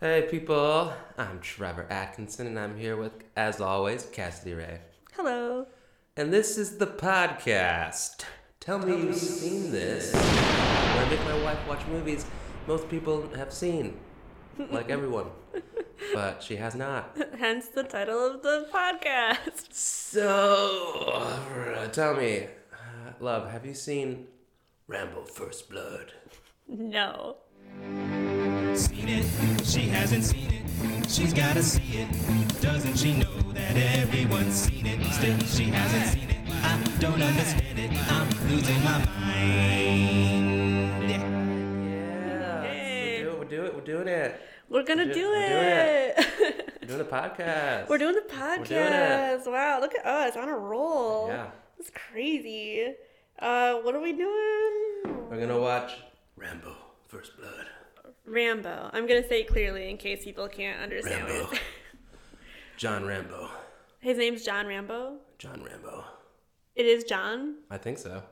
Hey people, I'm Trevor Atkinson and I'm here with, as always, Cassidy Ray. Hello. And this is the podcast. Tell me you've seen this. Where I make my wife watch movies most people have seen. Like everyone. but she has not. Hence the title of the podcast. So, tell me, uh, love, have you seen Rambo First Blood? No. seen it. She hasn't seen it. She's gotta see it. Doesn't she know that everyone's seen it? Still, she hasn't seen it. I don't understand it. I'm losing my mind. Yeah. Yay. We're, doing, we're, doing, we're doing it. We're gonna We're do- do, we're it. We're doing the podcast. We're doing the We're doing it. podcast. Wow, look at us on a roll. Yeah. It's crazy. Uh, what are we doing? We're gonna watch Rambo First Blood. Rambo. I'm gonna say it clearly in case people can't understand Rambo. it. John Rambo. His name's John Rambo. John Rambo. It is John. I think so.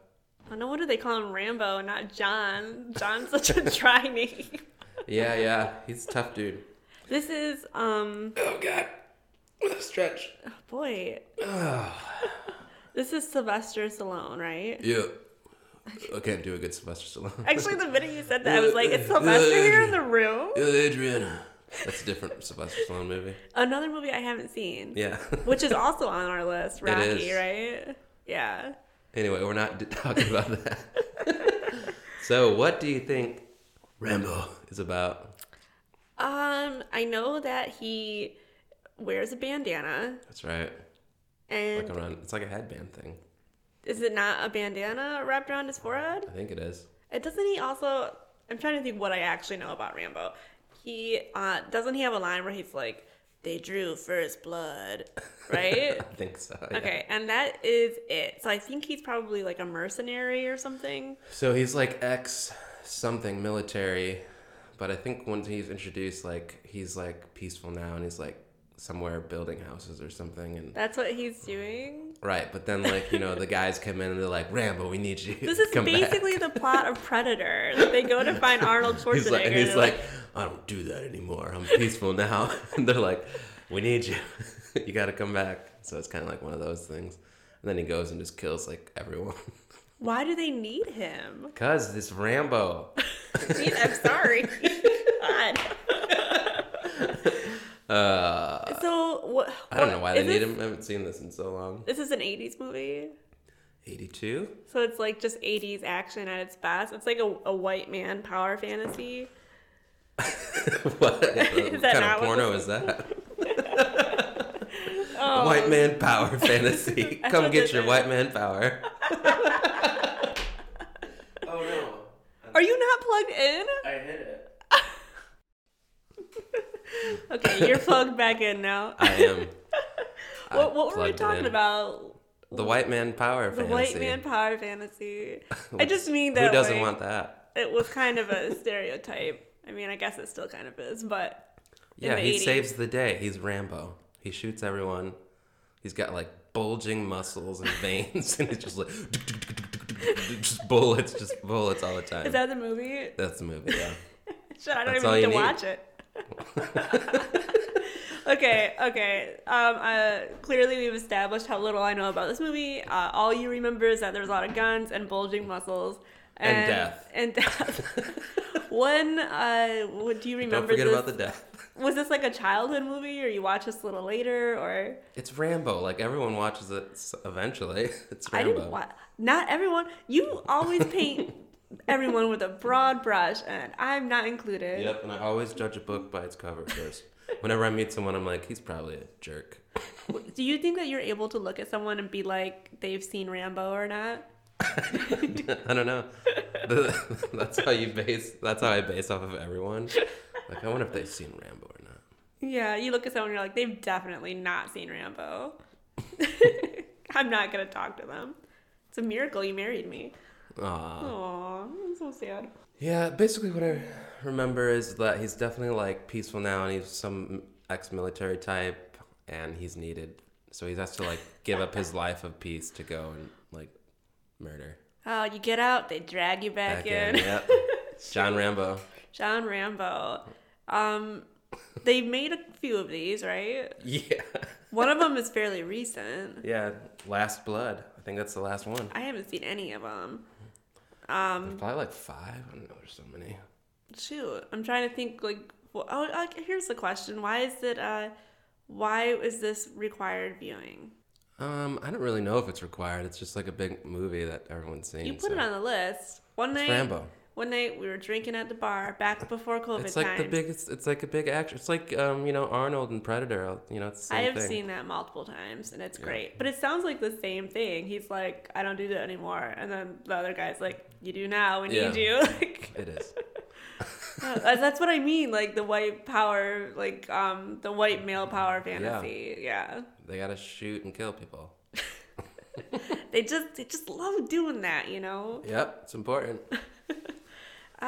Oh no wonder they call him Rambo, not John. John's such a dry name. Yeah, yeah. He's a tough dude. This is um Oh god. Stretch. boy. this is Sylvester Stallone, right? Yeah. I can't do a good Sylvester Stallone. Actually, the minute you said that, I was like, "It's Sylvester here in the room." Yeah, Adriana. That's a different Sylvester Stallone movie. Another movie I haven't seen, Yeah. which is also on our list, Rocky, is. right? Yeah. anyway, we're not d- talking about that. so, what do you think Rambo is about? Um, I know that he wears a bandana, That's right. and Like around, it's like a headband thing. is it not a bandana wrapped around his forehead? I think it is. It doesn't he also? I'm trying to think what I actually know about Rambo. He uh, doesn't he have a line where he's like, "They drew first blood," right? I think so. yeah. Okay, and that is it. So I think he's probably like a mercenary or something. So he's like ex something military, but I think once he's introduced, like he's like peaceful now, and he's like somewhere building houses or something. And That's what he's doing. right, but then like you know the guys come in and they're like Rambo, we need you. This is basically the plot of Predator. Like, they go to find Arnold Schwarzenegger. he's like and he's they're like I don't do that anymore. I'm peaceful now, and they're like we need you. you got to come back. So it's kind of like one of those things. And then he goes and just kills like everyone. why do they need him? Cause this Rambo. Gee, I'm sorry. God. Uh, So what? I don't know why they is need this- him. I haven't seen this in so long. This is an '80s movie, 82? so it's like just '80s action at its best. It's like a, a white man power fantasy. What Is that kind of not what porno is that? Oh, White man power fantasy. That's Come what get this your is. white man power. oh no. Are you not plugged in? I hit it. Okay, you're plugged back in now. I am. I what, what were plugged it we in. talking about? The white man power The fantasy. white man power fantasy. I Which- just mean that Who doesn't like, want that? it was kind of a stereotype. I mean, I guess it still kind of is, but Yeah, the he 80s. saves the day. He's Rambo. He shoots everyone. He's got like bulging muscles and veins, and it's just like just bullets, just bullets all the time. is that the movie? That's the movie. Yeah. Shit, I don't That's even all need to you need. watch it. okay, okay. Um, uh, clearly, we've established how little I know about this movie. Uh, all you remember is that there's a lot of guns and bulging muscles And death. And death. when uh, what- do you Don't remember? forget this? about the death. Was this like a childhood movie, or you watched this a little later, or It's Rambo. Like everyone watches it s- eventually. It's I Rambo. didn't watch. Not everyone. You always paint everyone with a broad brush, and I'm not included. Yep, and I always judge a book by its cover first. Whenever I meet someone, I'm like, he's probably a jerk. Do you think that you're able to look at someone and be like they've seen Rambo or not? I don't know. The- that's how you base. That's how I base off of everyone. Like, I wonder if they've seen Rambo or not. Yeah, you look at someone and you're like they've definitely not seen Rambo. I'm not gonna talk to them. It's a miracle you married me. Aw. Aw, I'm so sad. Yeah, basically what I remember is that he's definitely like peaceful now, and he's some ex-military type, and he's needed, so he has to like give up his life of peace to go and like murder. Oh, you get out, they drag you back, Back in, in. yep. John Rambo. John Rambo. Um, They made a few of these, right? Yeah. One of them is fairly recent. Yeah. Last Blood. I think that's the last one. I haven't seen any of them. Um, Probably like five. I don't know. There's so many. Shoot, I'm trying to think. Like, well, oh, like, here's the question: Why is it? Uh, why is this required viewing? Um, I don't really know if it's required. It's just like a big movie that everyone's seen. You put so- it on the list. One night, Rambo. One night we were drinking at the bar back before COVID It's like time. the biggest. It's like a big action. It's like um, you know, Arnold and Predator. uh, You know, it's the same I have thing. seen that multiple times, and it's great. But it sounds like the same thing. He's like, "I don't do that anymore," and then the other guy's like, "You do now. We need Yeah. you." Like, It is. Uh, that's what I mean, like the white power, like um the white male power fantasy. Yeah. They gotta shoot and kill people. They just they just love doing that, you know? Yep, it's important. Uh,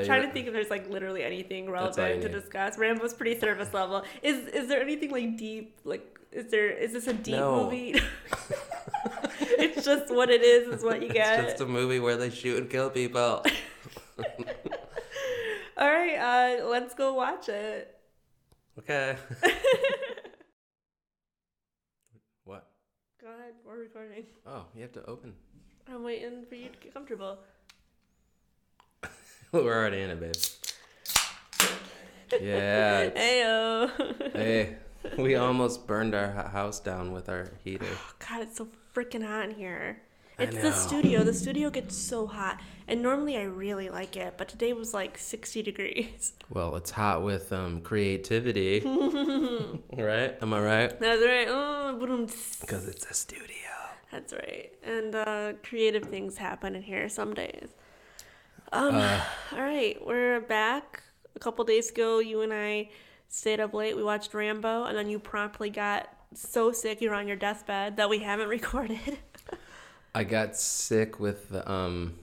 I'm trying to you're- think if there's like literally anything That's all relevant you to need. discuss. Rambo's pretty surface level. Is is there anything like deep like is there is this a deep No. movie? it's just what it is, is what you get. It's just a movie where they shoot and kill people. All right, uh let's go watch it. Okay. what? Go ahead, we're recording. Oh, you have to open. I'm waiting for you to get comfortable. We're already in it, babe. Yeah. Ayo. Hey, we almost burned our h- house down with our heater. God, it's so freaking hot in here. I It's the know. studio. The studio gets so hot. And normally I really like it, but today was like 60 degrees. Well, it's hot with um creativity, right? Am I right? That's right. Oh, boom. tss. Because it's a studio. That's right. And uh, creative things happen in here some days. Um, Uh. all right, we're back. A couple days ago, you and I stayed up late. We watched Rambo, and then you promptly got so sick you were on your deathbed that we haven't recorded. I got sick with the um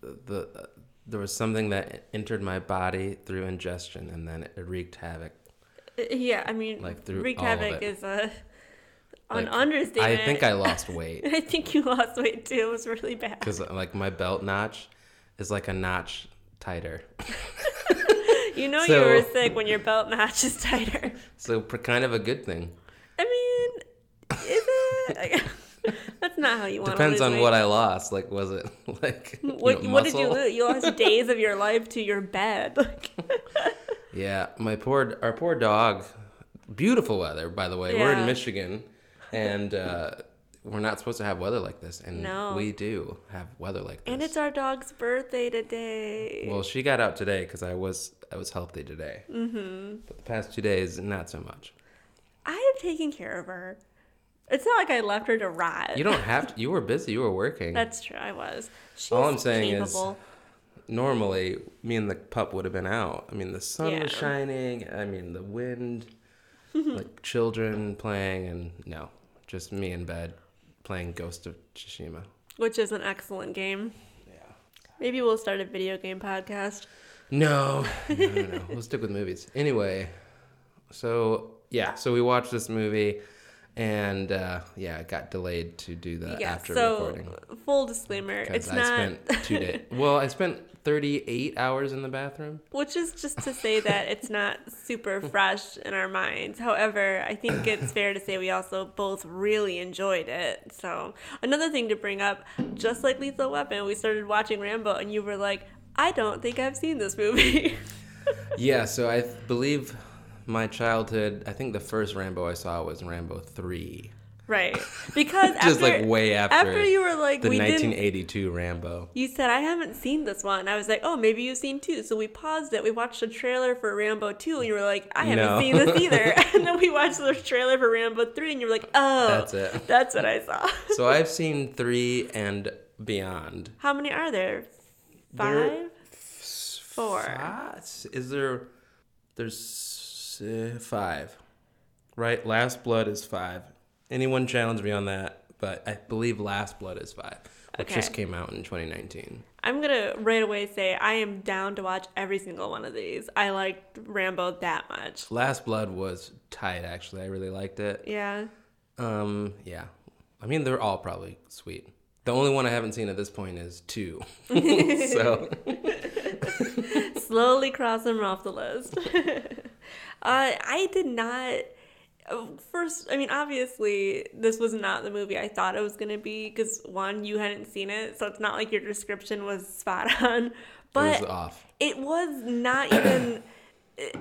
the. Uh, there was something that entered my body through ingestion, and then it wreaked havoc. yeah, I mean, Like, through wreak all of havoc it. is a, an Like, I understatement. think I lost weight. I think you lost weight too. It was really bad. Because like my belt notch is like a notch tighter. You know So- you were sick when your belt notch is tighter. So pr- kind of a good thing. I mean, is it? That's not how you want to Depends lose on weight. what I lost. Like was it like you What, know, what did you muscle? lose? You lost days of your life to your bed. Like, Yeah, my poor our poor dog. Beautiful weather, by the way. We're Yeah. in Michigan, and uh, we're not supposed to have weather like this, and No. we do have weather like this. and it's our dog's birthday today. well, she got out today because I was I was healthy today. Mm-hmm. But the past two days, not so much. I have taken care of her. It's not like I left her to rot. You don't have to. You were busy. You were working. That's true. I was. She's All I'm saying is- capable. Normally, me and the pup would have been out. I mean, the sun was Yeah. shining. I mean, the wind, like children playing, and no, just me in bed playing Ghost of Tsushima. which is an excellent game. Yeah. Maybe we'll start a video game podcast. No, no, no, no. we'll stick with movies. Anyway, so yeah, so we watched this movie, and uh, yeah, it got delayed to do that Yeah. Uh, after so, recording full disclaimer, because it's I not. spent two days. Well, I spent thirty-eight hours in the bathroom. Which is just to say that it's not super fresh in our minds. However, I think it's fair to say we also both really enjoyed it. So, another thing to bring up just like Lethal Weapon, we started watching Rambo, and you were like, I don't think I've seen this movie. Yeah, so I th- believe my childhood. I think the first Rambo I saw was Rambo three. right. Because Just after, like way after after you were like, the we nineteen didn't. eighty-two Rambo. You said, I haven't seen this one. I was like, oh, maybe you've seen two. So we paused it. We watched a trailer for Rambo 2, and you were like, I haven't No. seen this either. and then we watched the trailer for Rambo 3, and you were like, oh. That's it. That's what I saw. So I've seen three and beyond. How many are there? There- Five? Four. Five? Is there? There's uh, five, right? Last Blood is five. Anyone challenge me on that? But I believe Last Blood is five, which Okay. just came out in 2019. I'm gonna right away say I am down to watch every single one of these. I liked Rambo that much. Last Blood was tight, actually. I really liked it. Yeah. Um, yeah. I mean, they're all probably sweet. The only one I haven't seen at this point is two. so Slowly cross them off the list. Uh, I did not. uh, First, I mean, obviously, this was not the movie I thought it was going to be because one, you hadn't seen it, so it's not like your description was spot on. But it was off. it was not even. it,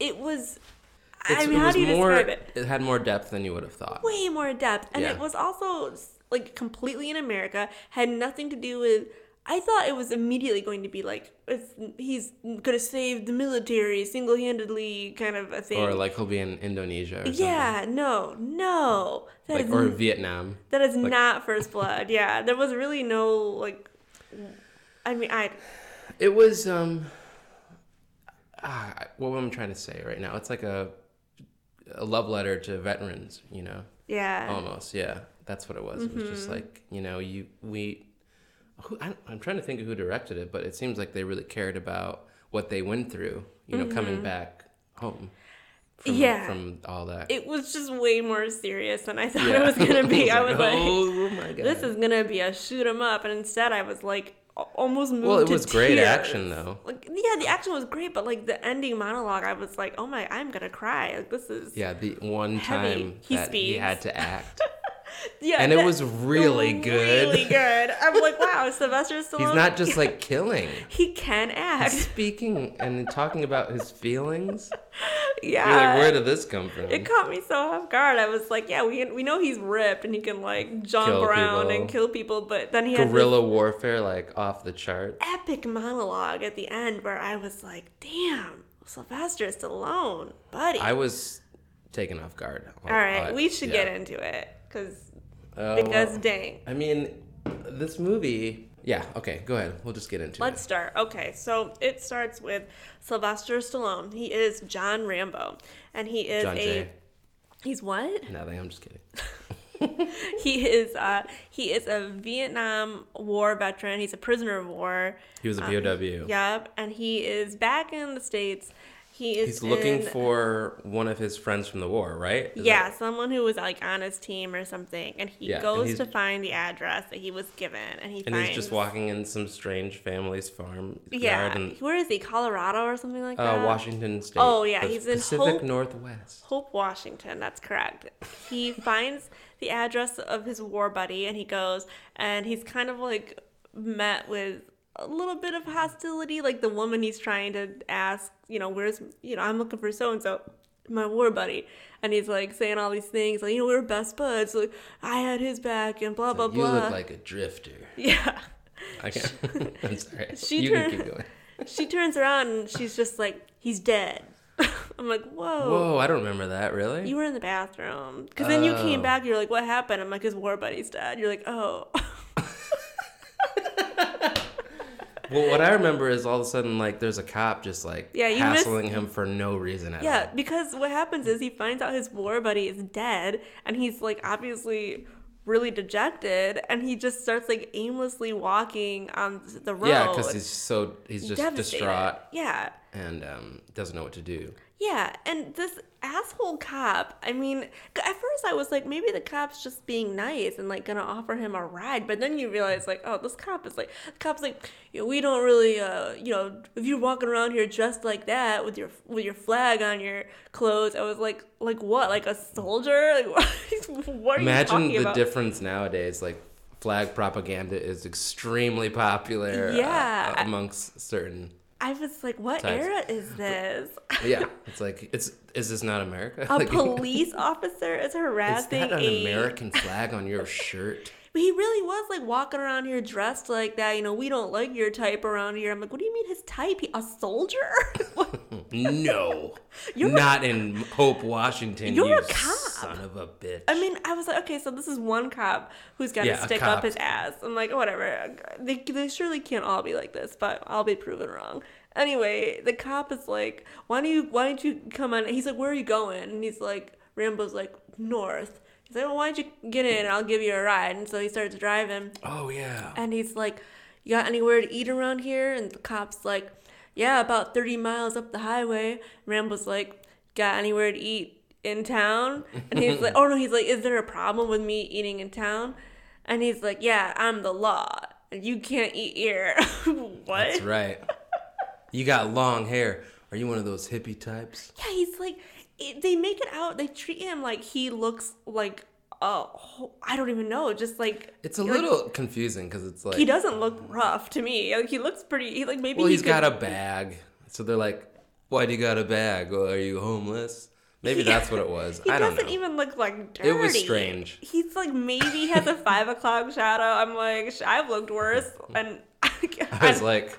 it was. I It's- mean, it how was do you more, describe it? had more depth than you would have thought. Way more depth, and it Yeah. was also like completely in America. Had nothing to do with. I thought it was immediately going to be like it's, he's gonna save the military single-handedly, kind of a thing. Or like he'll be in Indonesia or something. yeah, no, no, that Like is or Vietnam. that is like- not First Blood. Yeah, there was really no like. I mean, I It was um ah, what am I trying to say right now? It's like a a love letter to veterans, you know. yeah. Almost, yeah. That's what it was. It was Mm-hmm. just like, you know, you we who I, don't- I'm trying to think of who directed it, but it seems like they really cared about what they went through, you know, coming back home. From, Mm-hmm. Yeah. From all that. it was just way more serious than I thought Yeah. it was gonna be. I I was like, oh my god. this is gonna be a shoot 'em up, and instead I was like a- almost moved. Well, it to was great tears. action, though. Like yeah, the action was great, but like the ending monologue, I was like, oh my, I'm gonna cry. Like this is Yeah, the one Heavy. time He that he speaks. had to act. yeah, And it that- was really good. Really good. I'm like, wow, Sylvester Stallone. He's not just like killing. he can He's act. speaking and talking about his feelings. You're Yeah. like, where did this come from? Uh, it caught me so off guard. I was like, yeah, we we know he's ripped and he can like jump Kill around people. and kill people, but then he has this Guerrilla warfare, like off the chart. epic monologue at the end where I was like, damn, Sylvester Stallone, buddy. I was taken off guard. All right, we should get it. into it cause, Uh, because well, dang. I mean, this movie. Yeah. Okay. Go ahead. We'll just get into Let's start. Okay, so it starts with Sylvester Stallone. He is John Rambo, and he it. is John a Jay. he's what? Nothing. I'm just kidding. He is uh he is a Vietnam War veteran. He's a prisoner of war. He was a POW. Yep, and he is back in the states. He is He's looking in- for one of his friends from the war, right? Is Yeah, that- someone who was like on his team or something, and he Yeah, and goes he's- to find the address that he was given, and he and finds. he's just walking in some strange family's farm Yeah, yard in where is he? Colorado or something like uh, that. Washington State. Oh, yeah, the he's in Pacific Hope- Northwest. Hope, Washington. That's correct. He finds the address of his war buddy, and he goes, and he's kind of like met with a little bit of hostility, like the woman he's trying to ask, you know, where's, you know, I'm looking for so and so. My war buddy, and he's like saying all these things, like you know we were best buds, like I had his back, and blah blah you blah. look like a drifter. Yeah. I can't. I'm sorry. She you can turned- keep going. She turns around and she's just like, he's dead. I'm like, whoa. Whoa, I don't remember that. Really? Oh. You were in the bathroom. Because then you came Oh. back, you're like, what happened? I'm like, his war buddy's dead. You're like, oh. well, what I remember is all of a sudden, like, there's a cop just like Yeah, you missed- hassling him for no reason at yeah, because what happens is he finds out his war buddy is dead and he's like, obviously really dejected and he just starts like aimlessly walking on the all. road. Yeah, because he's so he's just Devastated. distraught Yeah. and um, doesn't know what to do. Yeah, and this asshole cop, I mean, c- at first I was like, maybe the cop's just being nice and like gonna offer him a ride, but then you realize, like, oh, this cop is like, the cop's like, you know, we don't really, uh, you know, if you're walking around here dressed like that with your with your flag on your clothes, I was like, like what, like a soldier? Like, what, what are you Imagine talking the about? difference nowadays. Like, flag propaganda is extremely popular. uh, Yeah. amongst certain. I was like, what Times. era is this? Yeah, it's like it's is this not America? A Like, police officer is Is harassing that an a American flag on your shirt? But he really was like walking around here dressed like that. You know, we don't like your type around here. I'm like, what do you mean his type? He, a soldier? No, You're- not in Hope, Washington. You're you a cop. son of a bitch. I mean, I was like, okay, so this is one cop who's got to Yeah, a stick up cop. his ass. I'm like, whatever. They, they surely can't all be like this, but I'll be proven wrong. Anyway, the cop is like, why don't you why don't you come on? He's like, where are you going? And he's like, Rambo's like, north. He's like, well, why don't you get in? and I'll give you a ride. And so he starts driving. oh yeah. And he's like, You got anywhere to eat around here? And the cop's like, Yeah, about 30 miles up the highway. Rambo's like, Got anywhere to eat in town? And he's like, Oh no, he's like, Is there a problem with me eating in town? And he's like, Yeah, I'm the law. You can't eat here. what? That's right. You got long hair. Are you one of those hippie types? Yeah, he's like, it, they make it out. They treat him like he looks like a wh- I don't even know. Just like It's a like, little confusing because it's like He doesn't look rough to me. Like he looks pretty. He like maybe Well, he he's got could- a bag, so they're like, "Why do you got a bag? Well, are you homeless?" Maybe Yeah. that's what it was. He I don't doesn't know. even look like dirty. It was strange. He's like maybe has a five o'clock shadow. I'm like sh- I've looked worse, and I, I was like,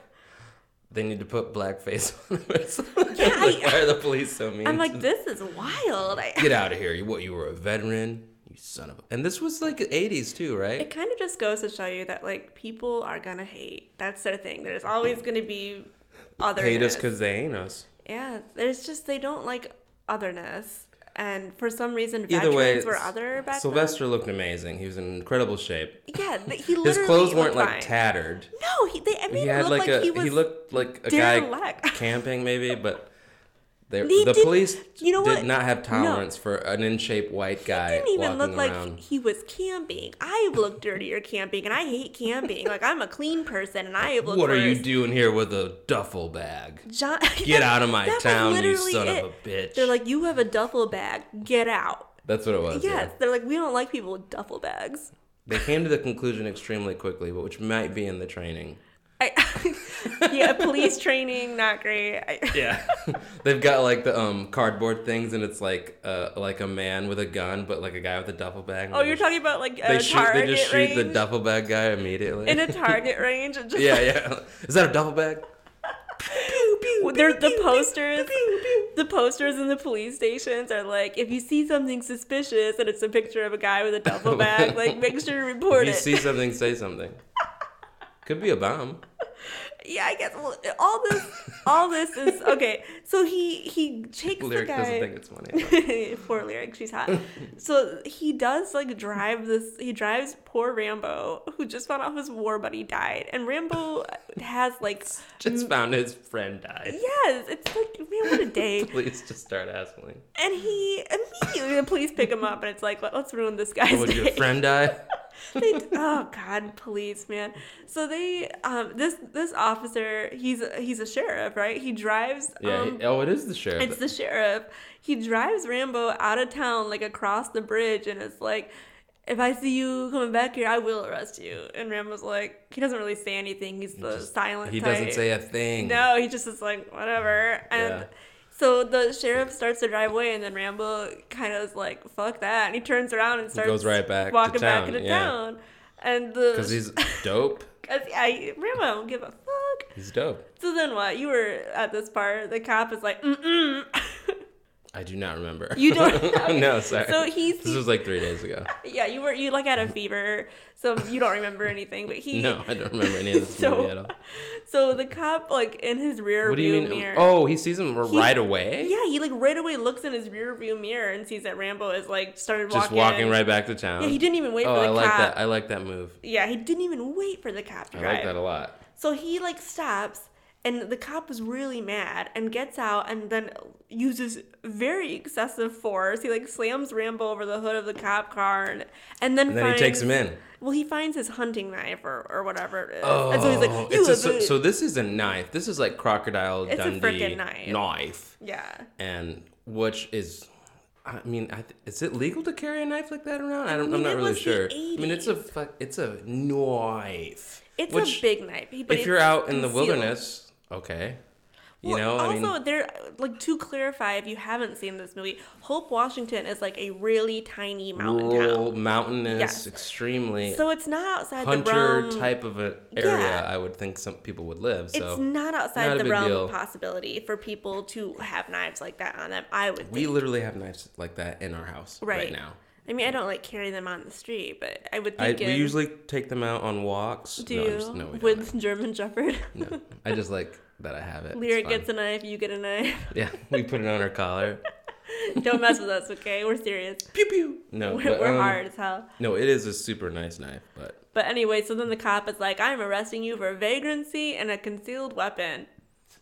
they need to put blackface on him. or something. Yeah, I- Like, why are the police so mean? am like this is wild. I, get out of here! You what? You were a veteran, you son of a. And this was like '80s too, It right? kind of just goes to show you that like people are gonna hate. That's their thing. There's always gonna be Hate us otherness. because they ain't us. yeah, there's just they don't like otherness, and for some reason Either veterans way, were other back Sylvester looked amazing. He was in incredible shape. Then. Yeah, th- he literally His clothes looked weren't like fine. tattered. No, he they I mean he had looked like, like, a he he, was looked like a derelict. guy camping maybe but they, They the didn't- police you know did what? not have No. tolerance for an in-shape white guy didn't walking even look around. like he was camping. I've looked dirtier camping, and I hate camping. Like I'm a clean person, and I have looked. what are you worse. doing here with a duffel bag John, get out of my That was town you literally son it. of a bitch They're like, you have a duffel bag. Get out. that's what it was yeah. Yes, they're like, we don't like people with duffel bags. they came to the conclusion extremely quickly but which might be in the training I, yeah, police training, not great. I, yeah they've got like the um cardboard things and it's like uh like a man with a gun but like a guy with a duffel bag oh, you're talking about like a they shoot target they just shoot range the duffel bag guy immediately in a target range. And just Yeah, yeah. Is that a duffel bag? They're the posters. The posters in the police stations are like, if you see something suspicious and it's a picture of a guy with a duffel bag, like make sure to report If you see it. something, say something. Could be a bomb. yeah, I guess well, all this, all this is okay. So he he takes Lyric the guy. doesn't think it's funny. poor lyric she's hot so he does like drive this he drives poor rambo who just found out his war buddy died and rambo has like Just Mm. found his friend died. yes it's like man what a day Please just start hassling. and he immediately the police pick him up and it's like Let, us ruin this guy's Would Oh, your day. friend die? they, oh god police man so they um this this officer he's he's a sheriff right he drives Yeah. um, he- oh, it is the sheriff. It's the sheriff. He drives Rambo out of town, like across the bridge, and it's like, if I see you coming back here, I will arrest you. And Rambo's like, he doesn't really say anything. He's the silent. he doesn't type. say a thing. No, he just is like whatever. And Yeah. so the sheriff starts to drive away, and then Rambo kind of is like, "Fuck that!" And he turns around and starts goes right back to walking town, back into yeah. town. And the Because he's dope. 'cause I Rambo don't give a fuck. He's dope. So then what? You were at this part. The cop is like, mm mm. I do not remember. You don't- no, sorry. So he This was like three days ago. Yeah, you were you like had a fever, so you don't remember anything. But he No, I don't remember any of this So- movie at all. so the cop like in his rear What do view you mean? mirror. Oh, he sees him he- right away. Yeah, he like right away looks in his rear view mirror and sees that Rambo is like started Just walking. walking right back to town. Yeah, he didn't even wait Oh, for the I like cop. that. I like that move. Yeah, he didn't even wait for the cop to I drive. like that a lot. So he like stops and the cop is really mad and gets out and then uses very excessive force. He like slams Rambo over the hood of the cop car and, and then And then he takes him finds- in. Well, he finds his hunting knife or, or whatever it is. Oh, and so he's like, you it's a- have so, a-" so this is a knife. This is like crocodile It's a Dundee frickin' knife. knife, yeah. and which is, I mean, I th- is it legal to carry a knife like that around? I don't, I mean, am not it really was the sure. I mean, it's a fuck, it's a knife. It's which, a big knife. He- But If it's you're out in the concealed. wilderness, okay, you know, also, I mean, there like to clarify if you haven't seen this movie, Hope Washington is like a really tiny mountain rural, town. mountainous, Yes. extremely So it's not outside the hunter realm. type of an area. Yeah. I would think some people would live. So It's not not outside a the big realm deal. of possibility for people to have knives like that on them. I would. we think. literally have knives like that in our house right Right. now. I mean, I don't like carry them on the street, but I would I, think. we in- usually take them out on walks. do no, I'm just- no, we don't. with German Shepherd. No. I just like that I have it. Lyric it's gets a knife, you get a knife. fun. yeah. We put it on our collar. don't mess with us, okay? We're serious. pew pew. No, We're, but, we're um, hard as hell. No, it is a super nice knife, but But anyway, so then the cop is like, I'm arresting you for vagrancy and a concealed weapon.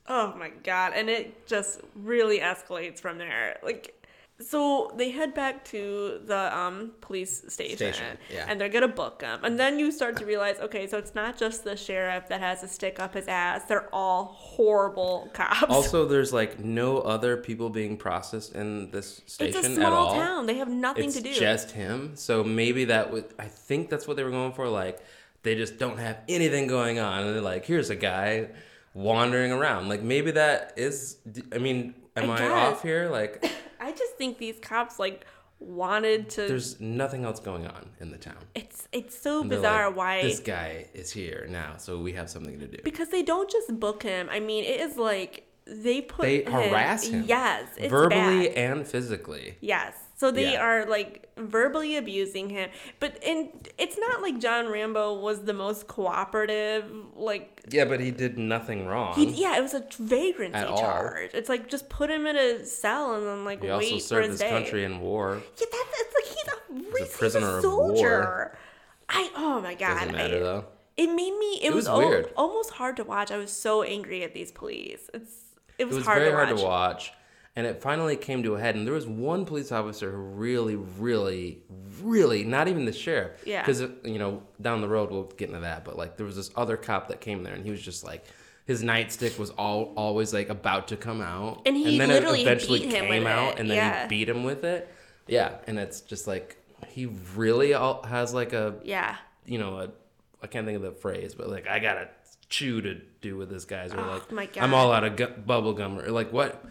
Oh my god. And it just really escalates from there. Like so they head back to the um, police station, Station, yeah. and they're gonna book him. And then you start to realize, okay, so it's not just the sheriff that has a stick up his ass; they're all horrible cops. Also, there's like no other people being processed in this it's station a at small all. town; they have nothing It's to do. just him. So maybe that would. I think that's what they were going for. Like they just don't have anything going on, and they're like, here's a guy wandering around. Like maybe that is. I mean, am I I, guess. off here? Like I just think these cops like wanted to. there's nothing else going on in the town. it's it's so And they're bizarre like, why this guy is here now, so we have something to do. because they don't just book him. I mean, it is like they put They harass him. Yes, it's verbally bad. and physically. Yes. So they Yeah. are like verbally abusing him. But and it's not like John Rambo was the most cooperative like Yeah, but he did nothing wrong. he, yeah, it was a vagrancy Um, At all. charge. It's like just put him in a cell and then like He wait also for served his his day. country in war. Yeah, that's it's like he's a, a he's a prisoner of war. soldier. I oh my god. Doesn't I- matter though. It made me. It, It was was, al- weird. almost hard to watch. I was so angry at these police. It's it It was, was hard, very to hard to watch. And it finally came to a head. And there was one police officer who really, really, really, not even the sheriff. Yeah. Because, you know, down the road, we'll get into that. But, like, there was this other cop that came there, and he was just like, his nightstick was all always like about to come out, And he it literally beat him with it, and then yeah. he beat him with it. Yeah, and it's just like he really all, has like a Yeah. you know, I I can't think of the phrase, but like I got a chew to do with this guy's or like Oh my God. I'm all out of gu- bubble gum or like what?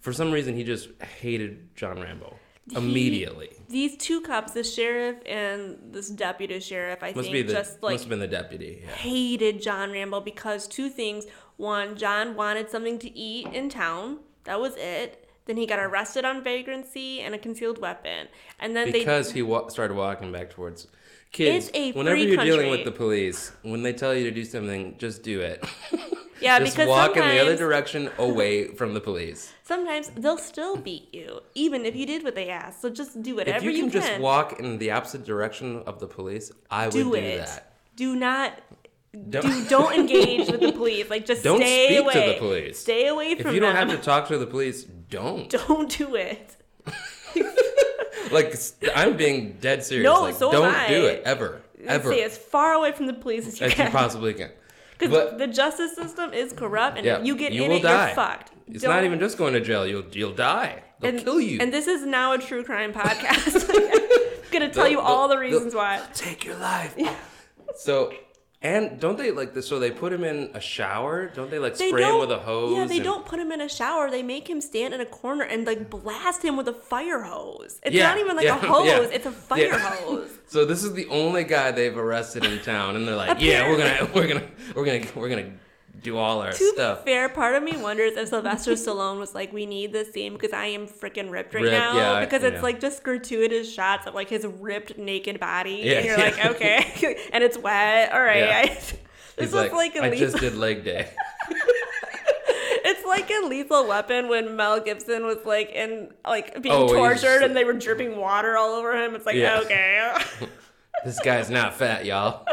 For some reason, he just hated John Rambo immediately. These two cops, the sheriff and this deputy sheriff, I Must think be the just like must have been the deputy. Yeah. hated John Rambo because two things. One, John wanted something to eat in town. That was it. Then he got arrested on vagrancy and a concealed weapon. And then they because he wa- started walking back towards kids. It's a whenever free you're dealing country. with the police, when they tell you to do something, just do it. yeah just because walk in the other sometimes- direction away from the police. sometimes they'll still beat you even if you did what they asked. So just do whatever If you you, can, just walk in the opposite direction of the police, I do would do it. that. Do not Don't- do don't engage with the police. Like just Don't stay speak away. to the police. Stay away from If you don't them. have to talk to the police, don't. don't do it. Like s- I'm being dead serious. No, like, so am don't I. do it ever, ever Stay as far away from the police as you as you can. possibly can. Because But- the justice system is corrupt, and Yeah, if you get in will it, die. you're fucked. It's Don't- not even just going to jail. You'll you'll die. They'll and, kill you. And this is now a true crime podcast. I'm gonna tell They'll- you all the they'll- reasons they'll why. Take your life. So. And don't they like this? So they put him in a shower. Don't they like They spray him don't- with a hose? Yeah, they and- don't put him in a shower. They make him stand in a corner and like blast him with a fire hose. It's Yeah, not even like yeah, a hose. yeah, It's a fire yeah. hose. So this is the only guy they've arrested in town, and they're like, "Yeah, we're gonna, we're gonna, we're gonna, we're gonna do all our To stuff." be fair, part of me wonders if Sylvester Stallone was like, "We need this scene because I am freaking ripped right Ripped, now." yeah, I- because it's yeah. like just gratuitous shots of like his ripped naked body, Yeah, and you're yeah. like, "Okay," and it's wet. All right, Yeah. I, this He's was like, "I a just lethal. did leg day." it's like a lethal weapon when Mel Gibson was like in like being Oh, he's tortured just- and they were dripping water all over him. It's like, Yeah. okay, This guy's not fat, y'all.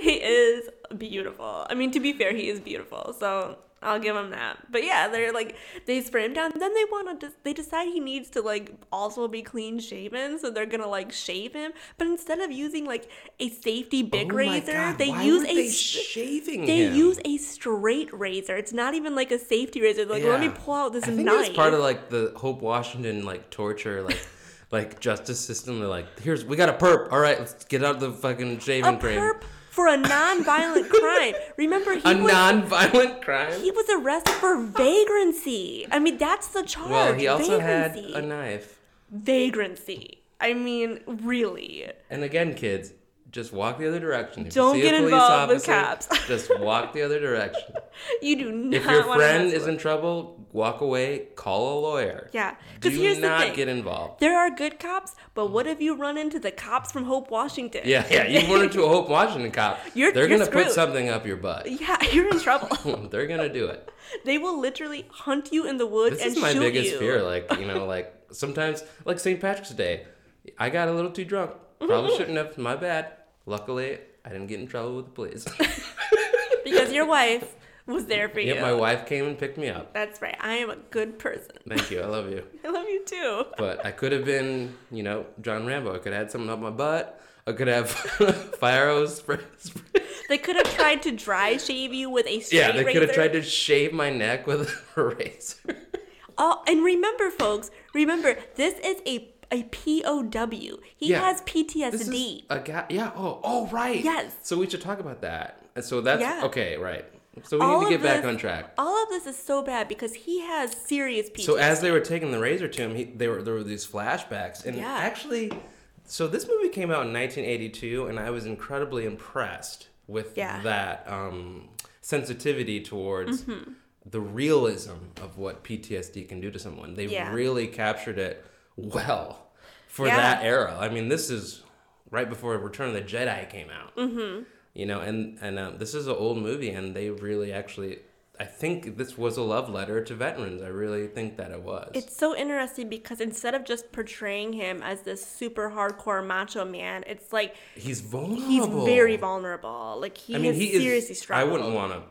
he is beautiful. I mean, to be fair, he is beautiful. So I'll give him that. But yeah, they're like they spray him down. Then they want to. They decide he needs to like also be clean shaven, so they're gonna like shave him. But instead of using like a safety Oh big razor, they use a. they s- shaving they him? use a straight razor. It's not even like a safety razor. Like, let me Yeah. pull out this I think knife. It's part of like the Hope Washington like torture like like justice system. They're like, here's we got a perp. All right, let's get out of the fucking a shaving cream. perp for a non-violent crime. Remember, he A was non-violent crime. he was arrested for vagrancy. I mean, that's the charge. well, he also vagrancy. had a knife. vagrancy. I mean, really. And again, kids, just walk the other direction. If Don't you see get a police involved with officer, cops. just walk the other direction. You do not If your want friend to is in trouble, walk away. Call a lawyer. Yeah, 'cause Do here's the not thing. get involved. There are good cops, but what if you run into the cops from Hope, Washington? Yeah, yeah. You run into a Hope Washington cop. You're- they're you're gonna screwed. put something up your butt. Yeah, you're in trouble. they're gonna do it. they will literally hunt you in the woods This and is my shoot biggest you. fear. Like you know, like sometimes, like St. Patrick's Day, I got a little too drunk. Probably shouldn't have. My bad. Luckily, I didn't get in trouble with the police. Because your wife was there for Yeah, you. my wife came and picked me up. That's right. I am a good person. Thank you. I love you. I love you too. But I could have been, you know, John Rambo. I could have had something up my butt. I could have fire hose spray. spray. They could have tried to dry shave you with a straight Yeah, they could have razor. tried to shave my neck with a razor. Oh, and remember, folks, remember this is a a POW. He Yeah. has PTSD. This is a guy. Yeah. Oh. Oh. Right. Yes. So we should talk about that. And So that's Yeah. okay. Right. So we All need of to get back this- on track. All of this is so bad because he has serious PTSD. So as they were taking the razor to him, he, they were there were these flashbacks, and Yeah. actually, so this movie came out in 1982, and I was incredibly impressed with Yeah. that um, sensitivity towards Mm-hmm. the realism of what PTSD can do to someone. They Yeah. really captured it well for Yeah. that era. I mean, this is right before Return of the Jedi came out. Mm-hmm. You know, and and uh, this is an old movie, and they really actually. I think this was a love letter to veterans. I really think that it was. It's so interesting because instead of just portraying him as this super hardcore macho man, it's like he's vulnerable. he's very vulnerable. Like he I mean, has he seriously is. struggled. I wouldn't want to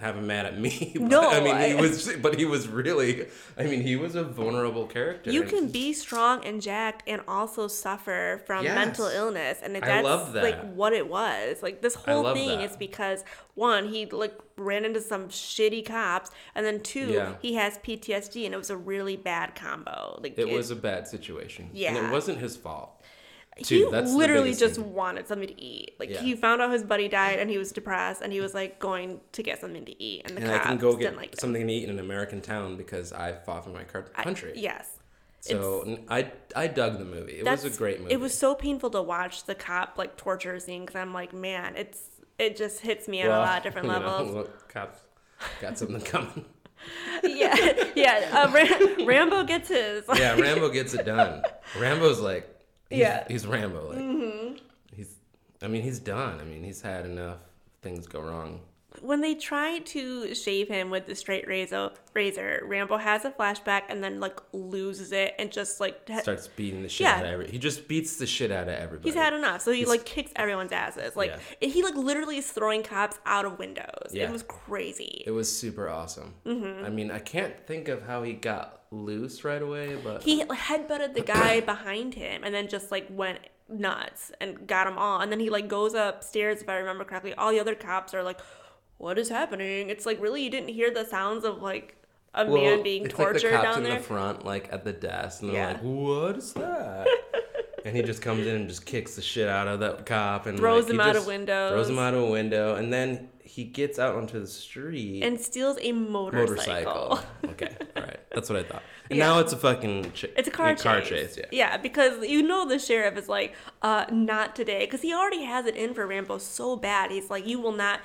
have him mad at me. But, No, I mean he I- was, but he was really. I mean, he was a vulnerable character. You And can be strong and jacked and also suffer from Yes. mental illness, and that's love that. like what it was. Like this I whole love thing that. is because one, he like ran into some shitty cops, and then two, Yeah. he has PTSD, and it was a really bad combo. Like It was a bad situation. and Yeah. it wasn't his fault. he too. That's the literally biggest just thing. wanted something to eat. Like Yeah. he found out his buddy died, and he was depressed, and he was like going to get something to eat, and the And I cops can go didn't get like that. something to eat in an American town because I fought for my cou- country. Yes. So n- I I dug the movie. It was a That's- great movie. It was so painful to watch the cop like torture scene because I'm like, man, it's it just hits me on a lot of different you know, levels. look, cops got something coming. yeah, yeah. Uh, Ram- Rambo gets his. Yeah, Rambo gets it done. Rambo's like, he's, Yeah. Mm-hmm. he's Rambo. Like, he's, I mean, he's done. I mean, he's had enough things go wrong. When they try to shave him with the straight razor, razor, Rambo has a flashback and then like loses it and just like ha- Starts beating the shit Uh, Yeah. out of every. He just beats the shit out of everybody. he's had enough. So he He's- like kicks everyone's asses. Like he like literally is throwing cops out of windows. Yeah. It was crazy. It was super awesome. Mm-hmm. I mean, I can't think of how he got loose right away, but he headbutted the guy behind him and then just like went nuts and got them all and then he like goes upstairs if i remember correctly all the other cops are like what is happening it's like really you didn't hear the sounds of like a man being it's tortured like the cops down in there the front, like at the desk, and they're Yeah. like, "What is that?" and he just comes in and just kicks the shit out of that cop and Throws like, he him out just of windows. throws him out of a window, and then he gets out onto the street and steals a motorcycle, motorcycle. okay, all right, that's what I thought. And now it's a fucking ch- It's a car chase. car chase. Yeah, because you know the sheriff is like, uh, not today, because he already has it in for Rambo so bad. He's like, you will not.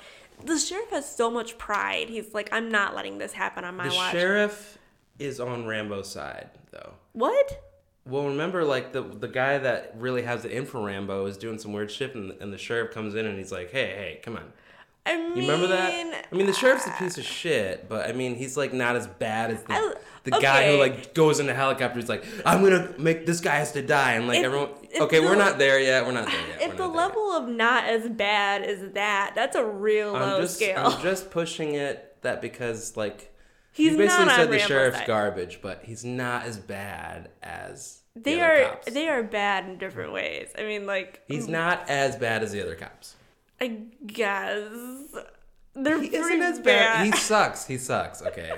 The sheriff has so much pride. He's like, I'm not letting this happen on my the watch. sheriff is on Rambo's side though. what? Well, remember, like the the guy that really has it in for Rambo is doing some weird shit, and, and the sheriff comes in and he's like, "Hey, hey, come on." I mean, uh, You remember that? I mean, the sheriff's a piece of shit, but I mean, he's like not as bad as the, I- the guy who okay. like goes in the helicopter. He's like, "I'm gonna make this guy has to die," and like If- everyone. if Okay, the- we're not there yet. We're not there yet. we're If not the there yet. level of not as bad as that, that's a real low I'm just, scale. I'm just pushing it that because like He's you basically not on said the Rambo's sheriff's side. garbage, but he's not as bad as the they other are cops. they are bad in different ways. I mean, like He's not as bad as the other cops. I guess they're He pretty isn't as bad. bad. He sucks. He sucks. Okay.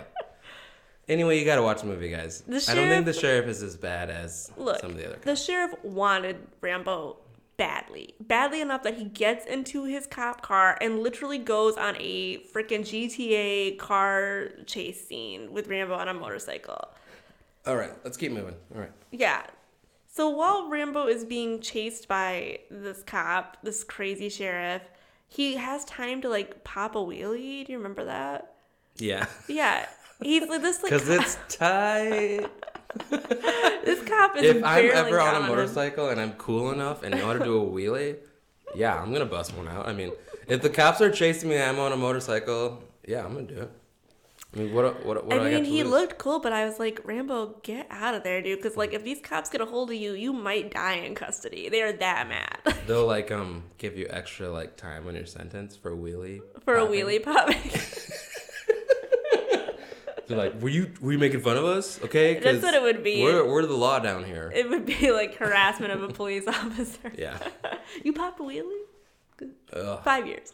anyway, you gotta watch the movie, guys. The I don't think sheriff- the sheriff is as bad as Look, some of the other. the sheriff wanted Rambo badly, badly enough that he gets into his cop car and literally goes on a freaking GTA car chase scene with Rambo on a motorcycle. All right, let's keep moving. All right. Yeah. So while Rambo is being chased by this cop, this crazy sheriff, he has time to like pop a wheelie. Do you remember that? Yeah. Yeah. He's like this like Because it's tight. this cop is if I'm barreling ever on down a him. motorcycle and I'm cool enough and know how to do a wheelie, yeah, I'm gonna bust one out. I mean, if the cops are chasing me and I'm on a motorcycle, yeah, I'm gonna do it. I mean, what what what I do I got mean, to he lose? looked cool, but I was like, Rambo, get out of there, dude. Because like, if these cops get a hold of you, you might die in custody. They are that mad They'll like um give you extra like time on your sentence for a wheelie. for a popping. wheelie popping. They're like, were you were you making fun of us? Okay, That's 'cause what it would be. We're, we're the law down here. It would be like harassment of a police officer. yeah. You popped a wheelie? Ugh. Five years.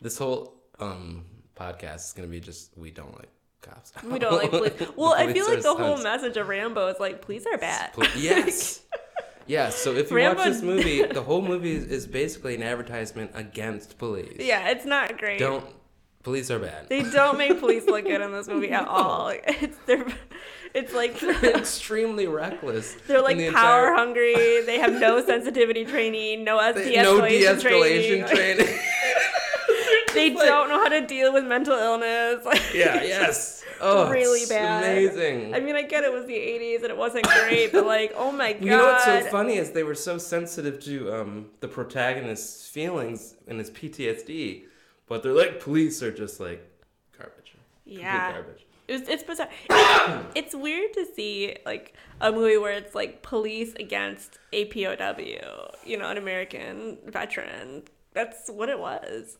This whole um podcast is gonna be just we don't like cops. We don't like police. Well, I Police feel like are the whole sons. message of Rambo is like, police are bad. Pol- yes. Yeah, so if you Rambo- watch this movie, the whole movie is, is basically an advertisement against police. yeah, it's not great. Don't police are bad. They don't make police look good in this movie at all. Like, It's they're, it's like extremely reckless. they're in like the power entire- hungry. They have no sensitivity training, no they- de-escalation, no de-escalation training. training. they like- don't know how to deal with mental illness. Like, yeah, it's yes. Oh, really it's bad. Amazing. I mean, I get it was the '80s and it wasn't great, but like, oh my god! you know what's so funny is they were so sensitive to um, the protagonist's feelings and his PTSD, but they're like police are just like garbage. Complete Yeah. garbage. It was, it's bizarre. It's, it's weird to see like a movie where it's like police against APOW, you know, an American veteran. That's what it was.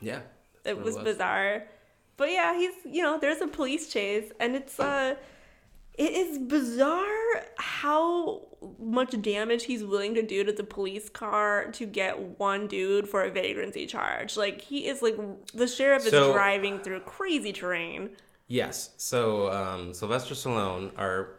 Yeah. that's It what was, bizarre. But yeah, he's you know, there's a police chase and it's uh it is bizarre how much damage he's willing to do to the police car to get one dude for a vagrancy charge. Like he is like the sheriff is So- driving through crazy terrain. Yes. So um, Sylvester Stallone, our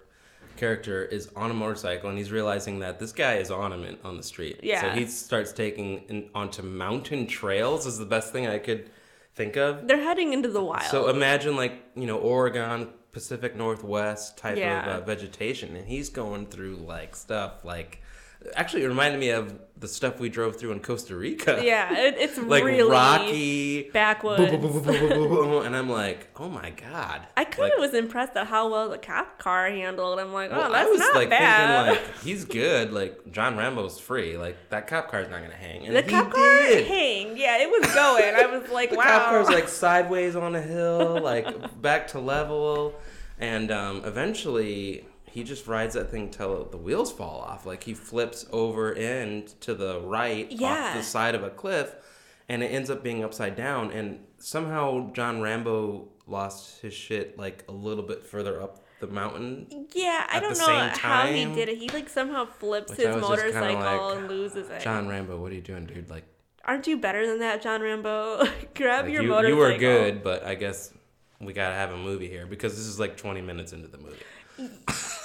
character, is on a motorcycle and he's realizing that this guy is on him in- on the street. So Yeah. he starts taking in, onto mountain trails is the best thing I could think of. They're heading into the wild. So imagine like you know Oregon, Pacific Northwest type Yeah. of uh, vegetation, and he's going through like stuff like. Actually, it reminded me of the stuff we drove through in Costa Rica. Yeah, it, it's Like really rocky, backwoods. boom, boom, boom, boom, boom, boom, boom, and I'm like, oh my god. I kind Like, of was impressed at how well the cop car handled. I'm like, oh, Well, that's not bad. thinking like he's good. Like John Rambo's free. Like that cop car's not gonna hang. And the he cop car did. hanged. Yeah, it was going. I was like, The wow. cop car's like sideways on a hill, like back to level, and um, eventually he just rides that thing till the wheels fall off. Like he flips over and to the right off Yeah. the side of a cliff, and it ends up being upside down. And somehow John Rambo lost his shit like a little bit further up the mountain yeah, I at don't the know same how he time, did it. He like somehow flips Which his I was just kinda motorcycle like, and loses it. John Rambo, what are you doing, dude? Like, Aren't you better than that, John Rambo? Grab like, you, your oh. you motorcycle. were good, but I guess we gotta have a movie here because this is like 20 minutes into the movie.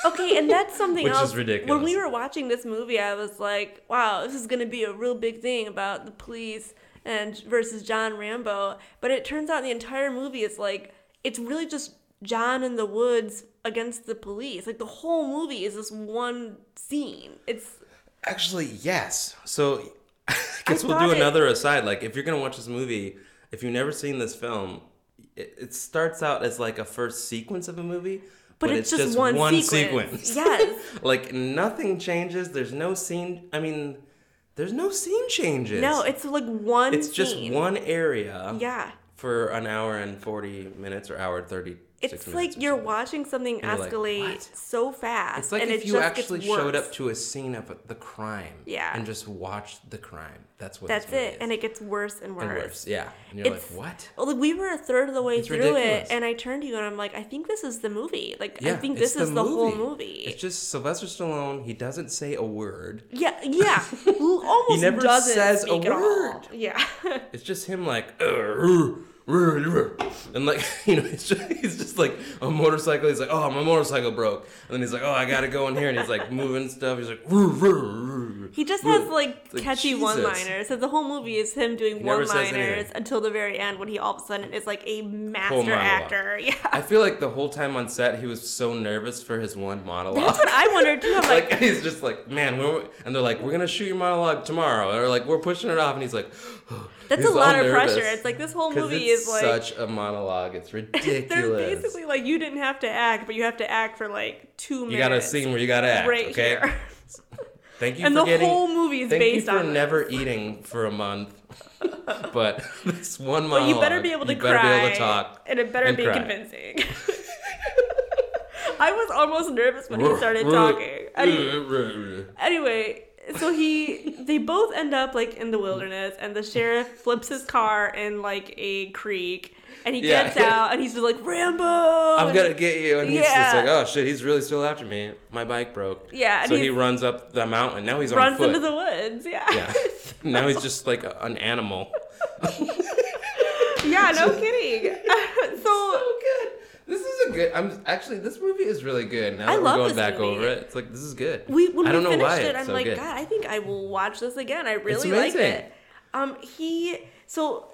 Okay, and that's something Which is else. When we ridiculous. were watching this movie, I was like, "Wow, this is going to be a real big thing about the police and versus John Rambo." But it turns out the entire movie is like it's really just John in the woods against the police. Like the whole movie is this one scene. It's Actually, yes. So, I guess we'll thought do it- another aside. Like, if you're gonna watch this movie, if you've never seen this film, it, it starts out as like a first sequence of a movie, but, it's, just, one, sequence. Yes. like, nothing changes. There's no scene. I mean, there's no scene changes. No, it's like one. it's just scene. one area. Yeah. for an hour and 40 minutes or hour and 30 It's like you're watching something you're like, escalate "What?" so fast, it's like and if it you just actually gets worse. showed up to a scene of the crime Yeah. and just watched the crime that's what That's this movie it, and it gets worse and worse. is. worse yeah and you're It's- like what Well, like we were a third of the way It's through ridiculous. it, and I turned to you and I'm like, I think this is the movie. Like, yeah, I think it's this is the whole movie. It's just Sylvester Stallone. He doesn't say a word. yeah, yeah. Who almost never doesn't says a speak at all. word. Yeah, It's just him like "Uh, roo, roo, roo," and like you know it's just, he's just like a motorcycle. He's like oh my motorcycle broke, and then he's like oh I gotta go in here, and he's like moving stuff. He's like "Uh, "Roo, roo, roo." he just Roo. has like It's like, catchy Jesus. one-liners. So the whole movie is him doing never says one-liners anything. until the very end when he all of a sudden is like a monologue. master actor. Yeah, I feel like the whole time on set he was so nervous for his one monologue. that's what I wondered too. I'm like, like he's just like man, we're, and they're like we're gonna shoot your monologue tomorrow, or like we're pushing it off, and he's like that's he's a lot all of pressure. nervous. It's like this whole 'Cause movie it's is like such a monologue. It's ridiculous. they're basically like you didn't have to act, but you have to act for like two minutes. you got a scene where you gotta act. right okay. here. Thank you And for the getting. whole movie is thank based you for on this. never eating for a month. but this one monologue. But you better be able to you cry. better be able to talk. And it better and be cry. convincing. I was almost nervous when he started Ruh, ruh, talking. Any- ruh, ruh, ruh. Anyway, so he they both end up like in the wilderness and the sheriff flips his car in like a creek and he Yeah. gets out and he's just like Rambo I'm I'm gonna get you. And he's just Oh, Yeah. like, oh shit, he's really still after me. My bike broke. Yeah, and So he he's- runs up the mountain. Now he's on runs foot. into the woods yeah yeah. now he's just like a- an animal. yeah no kidding so good. This is a good. I'm actually this movie is really good. Now I that love we're going this back movie. over it, it's like this is good. we when I don't we know finished why it it's I'm so like good. God I think I will watch this again I really like amazing. it um he so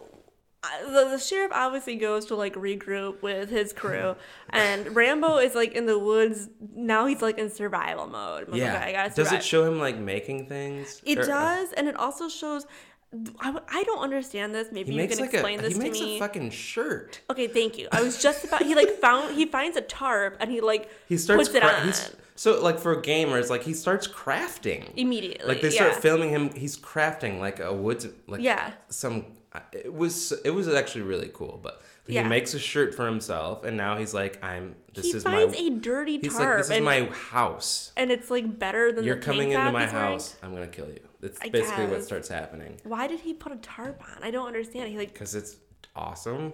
uh, the, the sheriff obviously goes to like regroup with his crew, and Rambo is like in the woods now. He's like in survival mode. I'm like, Yeah. okay, I gotta Does survive. it show him like making things? It Or- uh, does, and it also shows. I, w- I don't understand this. Maybe He you makes can like explain a this he makes to me. a fucking shirt. okay, thank you. I was just about. He like found. He finds a tarp and he like He starts puts it cra- on he's- so like for gamers, like he starts crafting. immediately. like they yeah. start filming him he's crafting like a woods like Yeah. some it was it was actually really cool but Yeah. he makes a shirt for himself and now he's like i'm this he is finds my a dirty he's tarp like this is and, my house and it's like better than you're the coming tank into top my he's wearing. house i'm gonna kill you that's I basically what guess. starts happening Why did he put a tarp on? I don't understand. He like because it's awesome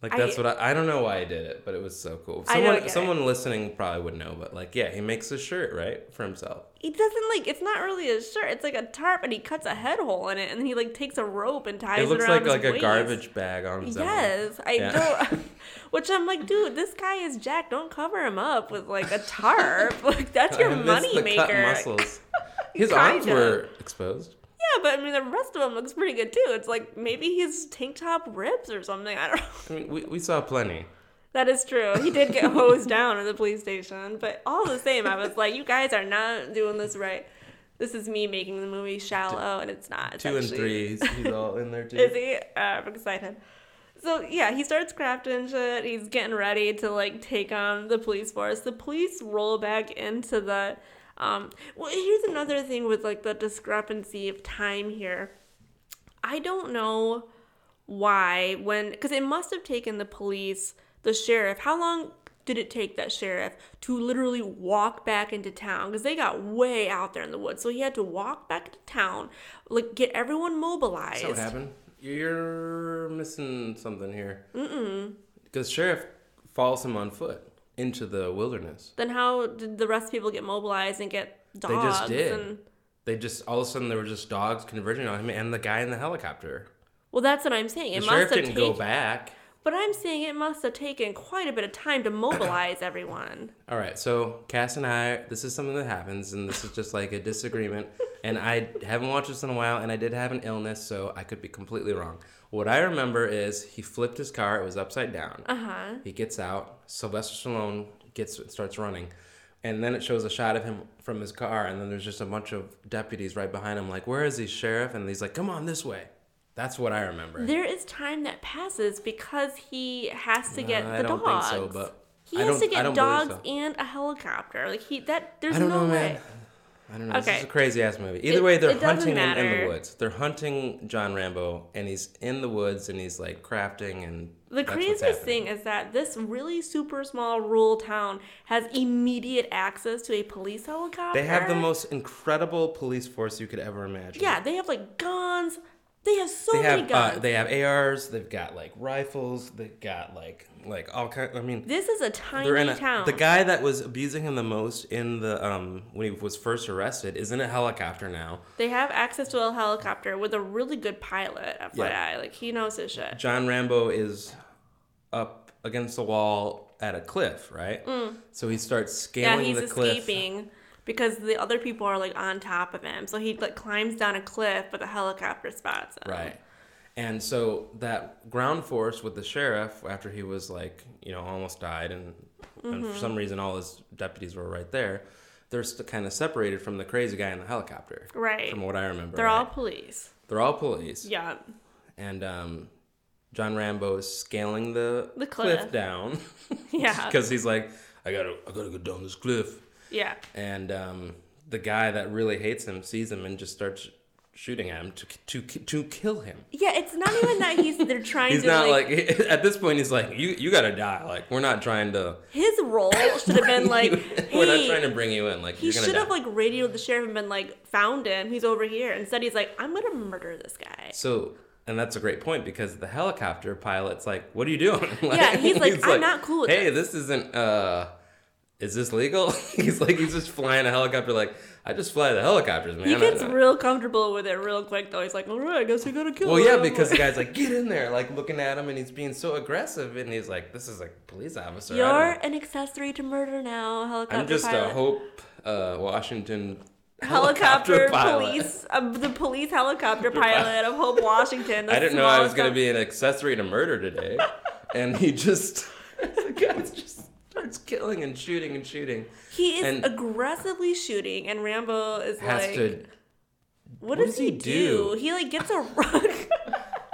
like I- that's what I, I don't know why I did it, but it was so cool. I don't Someone get it. someone listening probably would know, but like yeah, he makes a shirt, right? For himself. he doesn't like it's not really a shirt. It's like a tarp and he cuts a head hole in it and then he like takes a rope and ties it, It looks like around his like a waist. garbage bag on his own. Yes, I Yeah. don't. Which I'm like, dude, this guy is Jack. Don't cover him up with like a tarp. like that's your I miss money the cut maker. muscles. His Kinda. arms were exposed. Yeah, but I mean, the rest of him looks pretty good too. It's like maybe his tank top rips or something. I don't. know. I mean, we, we saw plenty. That is true. He did get hosed down at the police station, but all the same, I was like, you guys are not doing this right. This is me making the movie shallow, and it's not. It's Two and actually- three. He's, he's all in there too. Is he? Uh, I'm excited. So yeah, he starts crafting shit. He's getting ready to like take on the police force. The police roll back into the. Um, well, here's another thing with like the discrepancy of time here. I don't know why when because it must have taken the police, the sheriff. How long did it take that sheriff to literally walk back into town? Because they got way out there in the woods, so he had to walk back to town, like get everyone mobilized. That's what happened. You're missing something here. Mm-mm. Because sheriff follows him on foot into the wilderness. Then how did the rest of people get mobilized and get dogs? They just did. And, They just all of a sudden there were just dogs converging on him and the guy in the helicopter. well, that's what I'm saying. The It sheriff must have didn't go taken, back. but I'm saying it must have taken quite a bit of time to mobilize everyone. All right, so Cass and I, this is something that happens, and this is just like a disagreement. And I haven't watched this in a while, and I did have an illness, so I could be completely wrong. What I remember is he flipped his car; it was upside down. Uh huh. He gets out. Sylvester Stallone gets starts running, and then it shows a shot of him from his car, and then there's just a bunch of deputies right behind him, like, "Where is he, sheriff?" And he's like, "Come on this way." That's what I remember. There is time that passes because he has to get I the don't think dogs. so, but he I has don't- to I get don't believe dogs so. and a helicopter. Like he that there's I don't no know, way. man. I don't know. This Okay. is a crazy ass movie. Either It- way, they're it doesn't hunting him in matter. the woods. They're hunting John Rambo, and he's in the woods, and he's like crafting, and The that's what's craziest happening. thing is that this really super small rural town has immediate access to a police helicopter. They have the most incredible police force you could ever imagine. Yeah, they have like guns. They have so They many have guns. uh, they have ARs. They've got like rifles. They've got like like all kind. I mean, this is a tiny they're in a, town. the guy that was abusing him the most in the um when he was first arrested is in a helicopter now. they have access to a helicopter with a really good pilot, FYI. Like he knows his shit. John Rambo is up against the wall at a cliff, right? So he starts Mm. Yeah, scaling he's the cliff. escaping because the other people are like on top of him. So he like climbs down a cliff, but the helicopter spots him. Right. And so that ground force with the sheriff, after he was like, you know, almost died, and, and Mm-hmm. for some reason all his deputies were right there, they're st- kind of separated from the crazy guy in the helicopter. Right. From what I remember. They're all right? police. They're all police. Yeah. And um, John Rambo is scaling the, The cliff. cliff down. Yeah. Because he's like, I gotta, I gotta go down this cliff. Yeah. and um, the guy that really hates him sees him and just starts shooting at him to to to kill him. Yeah, it's not even that he's they're trying He's to not like, at this point he's like you you gotta die. Like we're not trying to. his role should have been like we're not hey, trying to bring you in. Like he you're gonna should die. have like radioed the sheriff and been like found him he's over here instead he's like i'm gonna murder this guy so and that's a great point because the helicopter pilot's like, "What are you doing?" Like, Yeah, he's like, "I'm not cool with hey, this isn't. uh Is this legal? he's like, he's just flying a helicopter. Like I just fly the helicopters, man. he I gets don't- real comfortable with it real quick though he's like all right i guess we gotta kill Well, yeah, him." because the guy's like, get in there, like looking at him, and he's being so aggressive, and he's like, this is a police officer. I don't you're know." an accessory to murder now helicopter I'm just pilot. a Hope uh, Washington helicopter, pilot. police uh, the police helicopter pilot of hope washington the I didn't know I was smallest going of- to be an accessory to murder today. and he just, the guy just starts killing and shooting and shooting. he is and- aggressively shooting and rambo is Has like to, what, does, he do? he like gets a rug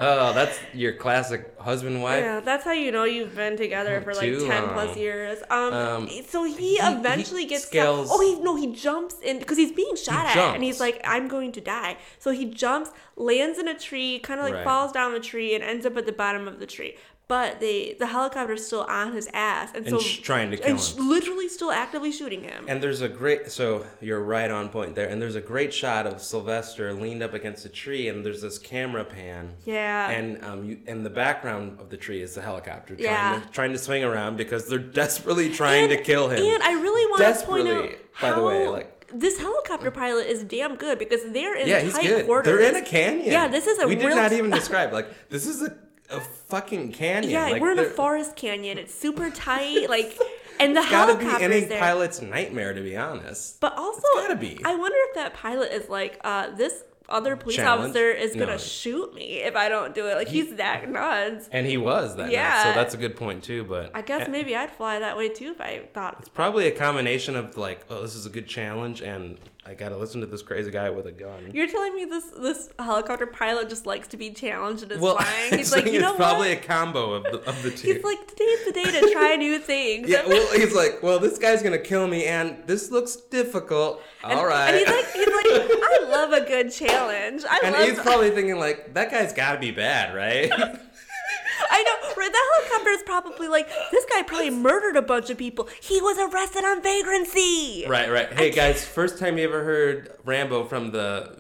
oh, that's your classic husband wife. Yeah, that's how you know you've been together for like Too ten plus long. years. Um, Um, so he, he- eventually he gets scales- Oh, he no, he jumps in because he's being shot at, and he's jumps. like, "I'm going to die." So he jumps, lands in a tree, kind of like Right. falls down the tree, and ends up at the bottom of the tree. But they, the helicopter's still on his ass, and, And so sh- trying to and kill sh- him. literally still actively shooting him. And there's a great, so you're right on point there. And there's a great shot of Sylvester leaned up against a tree, and there's this camera pan. Yeah. And um, you, and the background of the tree is the helicopter trying, Yeah. to, trying to swing around because they're desperately trying to And- kill him. And I really want to point out Desperately, by the way, how like- this helicopter pilot is damn good because they're in yeah, tight he's good. quarters. They're in a canyon. Yeah, this is a we real- did not even describe. Like this is a, a fucking canyon. Yeah, like, we're in a there- forest canyon. It's super tight, like, and the It's gotta be helicopter's any there. pilot's nightmare, to be honest. but also, gotta be. I wonder if that pilot is like, uh, this other police Challenge? officer is gonna No. shoot me if I don't do it. Like, he's that nuts. And he was that. night, Yeah. so that's a good point too. But I guess maybe I'd fly that way too if I thought. Probably a combination of like, oh, this is a good challenge, and I gotta listen to this crazy guy with a gun. You're telling me this this helicopter pilot just likes to be challenged and is well, flying. He's it's like, you know it's probably what? a combo of the, of the two. He's like, today's the day to try new things. yeah, well, he's like, well, this guy's gonna kill me, and this looks difficult. And- All right. And he's like, he's like, I love a good challenge. I And love he's probably thinking like, that guy's gotta be bad, right? I know. Right, that helicopter is probably like this guy probably murdered a bunch of people. He was arrested on vagrancy. right, right. Hey guys, first time you ever heard Rambo from the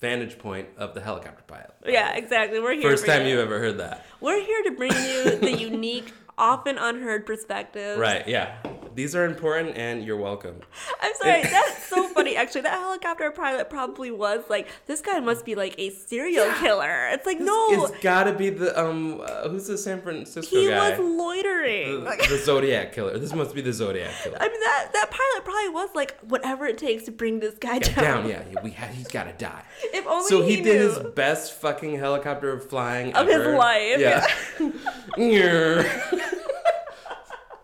vantage point of the helicopter pilot. Yeah, exactly. We're here. First for time you ever heard that. We're here to bring you the unique, often unheard perspective. Right, yeah. These are important and you're welcome. I'm sorry. That's so funny. Actually, that helicopter pilot probably was like this guy must be like a serial killer. It's like no, It's gotta be the um. Uh, who's the San Francisco he guy? was loitering. the, the Zodiac killer. This must be the Zodiac killer. I mean that that pilot probably was like whatever it takes to bring this guy down. Down, yeah. We ha- he's gotta die. If only So he, he, did knew. his best fucking helicopter flying Of his ever. life, Yeah. Yeah.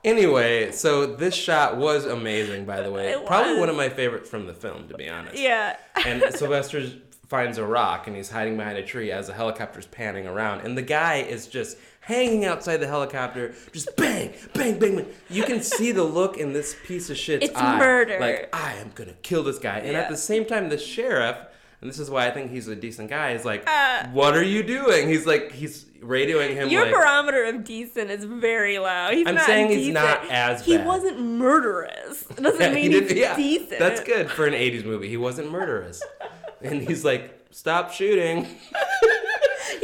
anyway, so this shot was amazing, by the way. It Probably was. one of my favorites from the film, to be honest. Yeah. and Sylvester finds a rock and he's hiding behind a tree as the helicopter's panning around. And the guy is just hanging outside the helicopter, just bang, bang, bang, bang. You can see the look in this piece of shit's It's eye. murder. Like, I am gonna kill this guy. And Yeah. at the same time, the sheriff. And this is why I think he's a decent guy. Is like, Uh, what are you doing? He's like, he's radioing him. Your like, barometer of decent is very low. He's I'm not saying he's decent. not as He bad. wasn't murderous. It doesn't He mean did- he's decent. That's good for an 80s movie. He wasn't murderous. and he's like, stop shooting.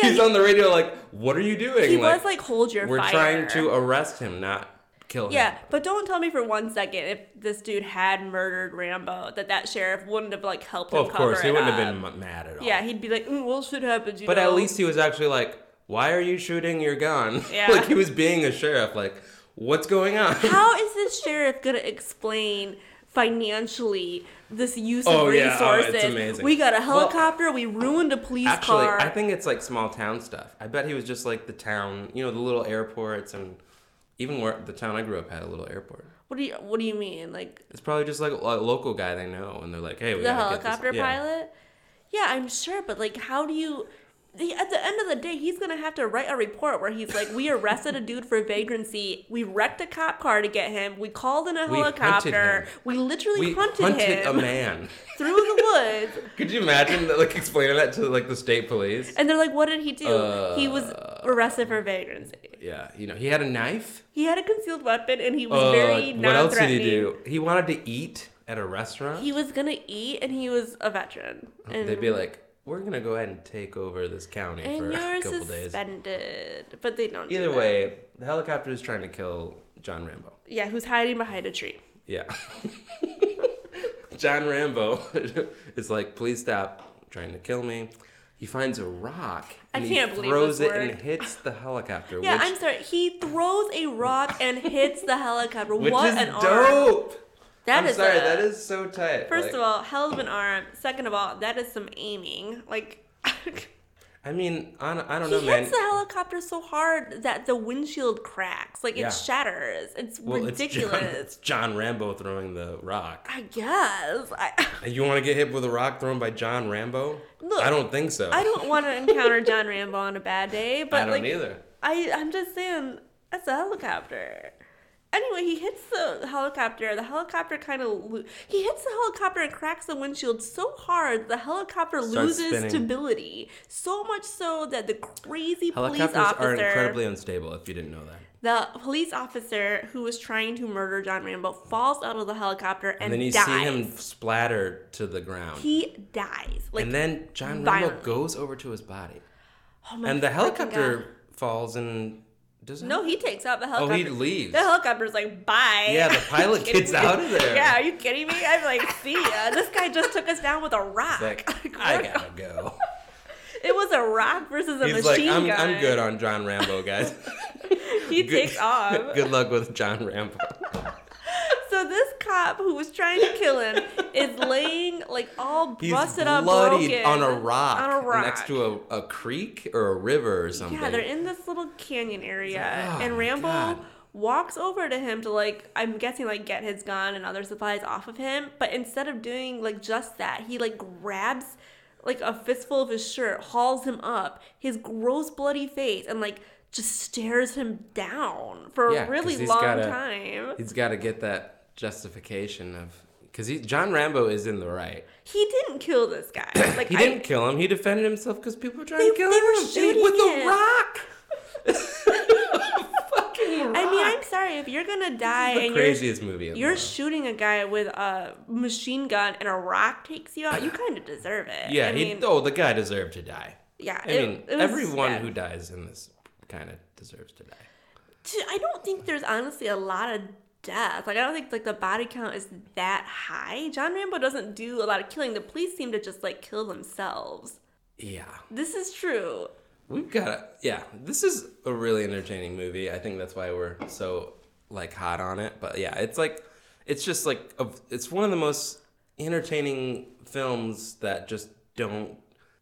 he's he- on the radio like, what are you doing? He was like, hold your we're fire. trying to arrest him, not kill him. Yeah, but don't tell me for one second if this dude had murdered Rambo that that sheriff wouldn't have like helped Well, him of course, cover he it wouldn't up. have been m- mad at all. Yeah, he'd be like, mm, "Well, shit happens." You But at know." least he was actually like, why are you shooting your gun? Yeah. like he was being a sheriff. Like, what's going on? how is this sheriff gonna explain financially this use Oh, of yeah. resources? Oh, it's amazing. We got a Well, helicopter. we ruined a police Actually, car. I think it's like small town stuff. I bet he was just like the town, you know, the little airports and even where the town I grew up had a little airport. what do you What do you mean? Like It's probably just like a local guy they know, and they're like, "Hey, we the gotta get this- helicopter yeah. pilot? Yeah, I'm sure, but like, how do you? the- At the end of the day, he's gonna have to write a report where he's like, "We arrested a dude for vagrancy. We wrecked a cop car to get him. We called in a We hunted helicopter. him. We literally We hunted, hunted a him man. through the woods. Could you imagine that, like explaining that to like the state police? And they're like, what did he do? he was Uh. arrested for vagrancy. Yeah, you know, he had a knife. He had a concealed weapon and he was Uh, very non what else did he do? He wanted to eat at a restaurant. He was gonna eat and he was a veteran. And, They'd be like, "We're gonna go ahead and take over this county for and a you're couple days." suspended. But they don't do Either that. way, the helicopter is trying to kill John Rambo. Yeah, who's hiding behind a tree. Yeah. John Rambo is like, please stop trying to kill me. He finds a rock I and can't he believe throws this it and word. hits the helicopter, Yeah, I'm which, sorry. He throws a rock and hits the helicopter. which what is an arm. dope. That I'm is sorry, a- that is so tight. First Like, of all, hell of an arm. Second of all, that is some aiming. Like I mean, I don't, I don't He know, man. hits the helicopter so hard that the windshield cracks. Like it Yeah. shatters. It's Well, it's John- It's ridiculous. John, Rambo throwing the rock. I guess. I And You want to get hit with a rock thrown by John Rambo? Look, I don't think so. I don't want to encounter John Rambo on a bad day, but I don't like either. I I'm just saying that's a helicopter. Anyway, he hits the helicopter. The helicopter kind of lo- he hits the helicopter and cracks the windshield so hard the helicopter Starts loses spinning. stability. So much so that the crazy police Helicopters officer are incredibly unstable. If you didn't know that. The police officer who was trying to murder John Rambo falls out of the helicopter and, and then you dies. see him splatter to the ground. He dies. Like, and then John Rambo violently. goes over to his body. oh my And the freaking God. helicopter falls and doesn't No, he takes out the helicopter. Oh, he leaves. The helicopter's like, bye. Yeah, the Are you pilot kidding gets me? out of there. Yeah, are you kidding me? I'm like, see ya. This guy just took us down with a rock. like, Like, I we're- gotta go. It was a rock versus a He's like, machine I'm, gun. I'm good on John Rambo, guys. He Good- takes off. Good luck with John Rambo. So this cop who was trying to kill him is laying like all He's busted up, bloodied broken, on a rock on a rock next to a, a creek or a river or something. Yeah, they're in this little canyon area, like, "Oh and my Rambo God." walks over to him to like, I'm guessing like get his gun and other supplies off of him. But instead of doing like just that, he like grabs like a fistful of his shirt, hauls him up, his gross bloody face, and like just stares him down for Yeah, a 'cause really he's long gotta- time. He's got to get that justification of because John Rambo is in the right. He didn't kill this guy. Like He I- didn't kill him. He defended himself because people were trying They- to kill they him. were And he- shooting with a him. rock. Fucking rock. I mean, I'm sorry if you're gonna die the and you're craziest movie. In the You're world. shooting a guy with a machine gun and a rock takes you out. You kind of deserve it. yeah. I he, mean, oh, the guy deserved to die. yeah. I it- mean, it was everyone bad. who dies in this kind of deserves to die. T- I don't think there's honestly a lot of death. Like I don't think like the body count is that high. John Rambo doesn't do a lot of killing. The police seem to just like kill themselves. Yeah, This is true. we've got. to Yeah, this is a really entertaining movie. I think that's why we're so like hot on it. But yeah, it's like, it's just like, a, it's one of the most entertaining films that just don't.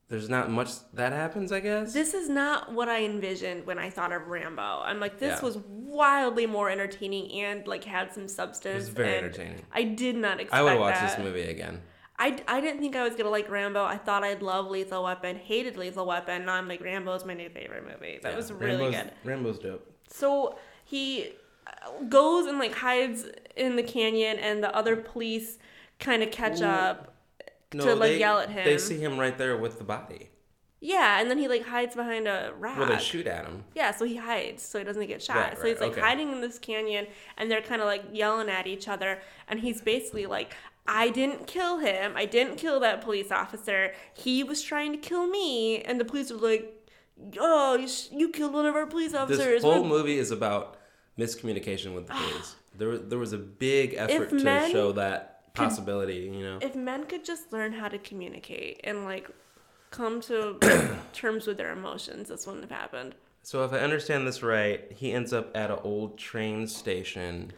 There's not much that happens, I guess. This is not what I envisioned when I thought of Rambo. I'm like, this Yeah. was wildly more entertaining and like had some substance. very and entertaining. I did not expect I would watch that. this movie again. I, I didn't think I was gonna like Rambo. I thought I'd love Lethal Weapon, hated Lethal Weapon. Now I'm like Rambo's my new favorite movie. That Yeah, was really Rambo's- good. Rambo's dope. So he uh, goes and like hides in the canyon, and the other police kind of catch up. No, To, like, yell at They him. see him right there with the body. Yeah, and then he like hides behind a rock. Well, they shoot at him. Yeah, so he hides so he doesn't get shot. Right, so he's right, like okay. hiding in this canyon and they're kind of like yelling at each other. And he's basically like, I didn't kill him. I didn't kill that police officer. He was trying to kill me. And the police are like, Oh, you, sh- you killed one of our police This officers. whole What- Ah. movie is about miscommunication with the police. there, was- there was a big effort to men show that possibility. You know, if men could just learn how to communicate and like come to terms with their emotions, this wouldn't have happened. So if I understand this right, he ends up at an old train station.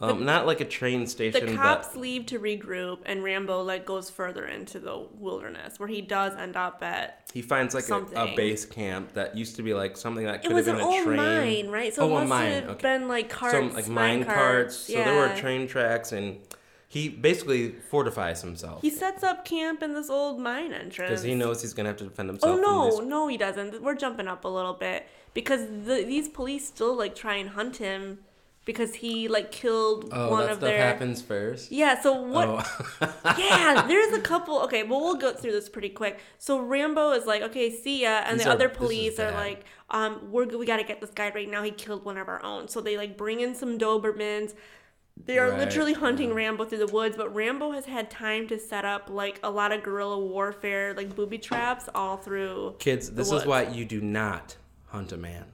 Um, not like a train The station, cops but leave to regroup, and Rambo like goes further into the wilderness, where he does end up at he finds like a, a something. base camp that used to be like something that could it was have an been a old train. mine, right? So Oh, a it must mine, have okay. been like carts, some like mine carts. So yeah. there were train tracks, and he basically fortifies himself He sets up camp in this old mine entrance. because he knows he's gonna have to defend Oh himself. from no, these- no, he doesn't. We're jumping up a little bit because the, these police still like try and hunt him because he like killed one Oh, that of stuff their. happens first. Yeah. So what? Oh. yeah, there's a couple. Okay, but we'll go through this pretty quick. So Rambo is like, okay, see ya, and These the are- other this is police are bad. like, um, we're we gotta get this guy right now. He killed one of our own. So they like bring in some Dobermans. They are Right, literally hunting Rambo through the woods, but Rambo has had time to set up like a lot of guerrilla warfare, like booby traps all through. Kids, this woods. is why you do not hunt a man.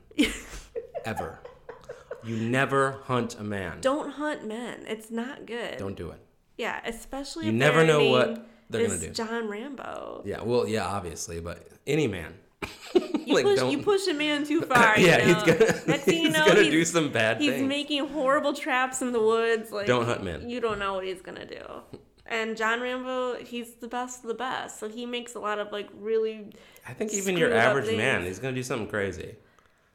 Ever. You never hunt a man. Don't hunt men. It's not good. Don't do it. Yeah, especially You if never their know what name they're gonna is do. John Rambo. Yeah, well, yeah, obviously, but any man. You, push, you push a man too far. Yeah, you know? he's gonna- Next thing you he's know, gonna he's- do some bad He's things. making horrible traps in the woods. Like Don't hunt men. You don't know what he's gonna do. And John Rambo, he's the best of the best. So he makes a lot of like really. I think even your screwed up average man things. is gonna do something crazy.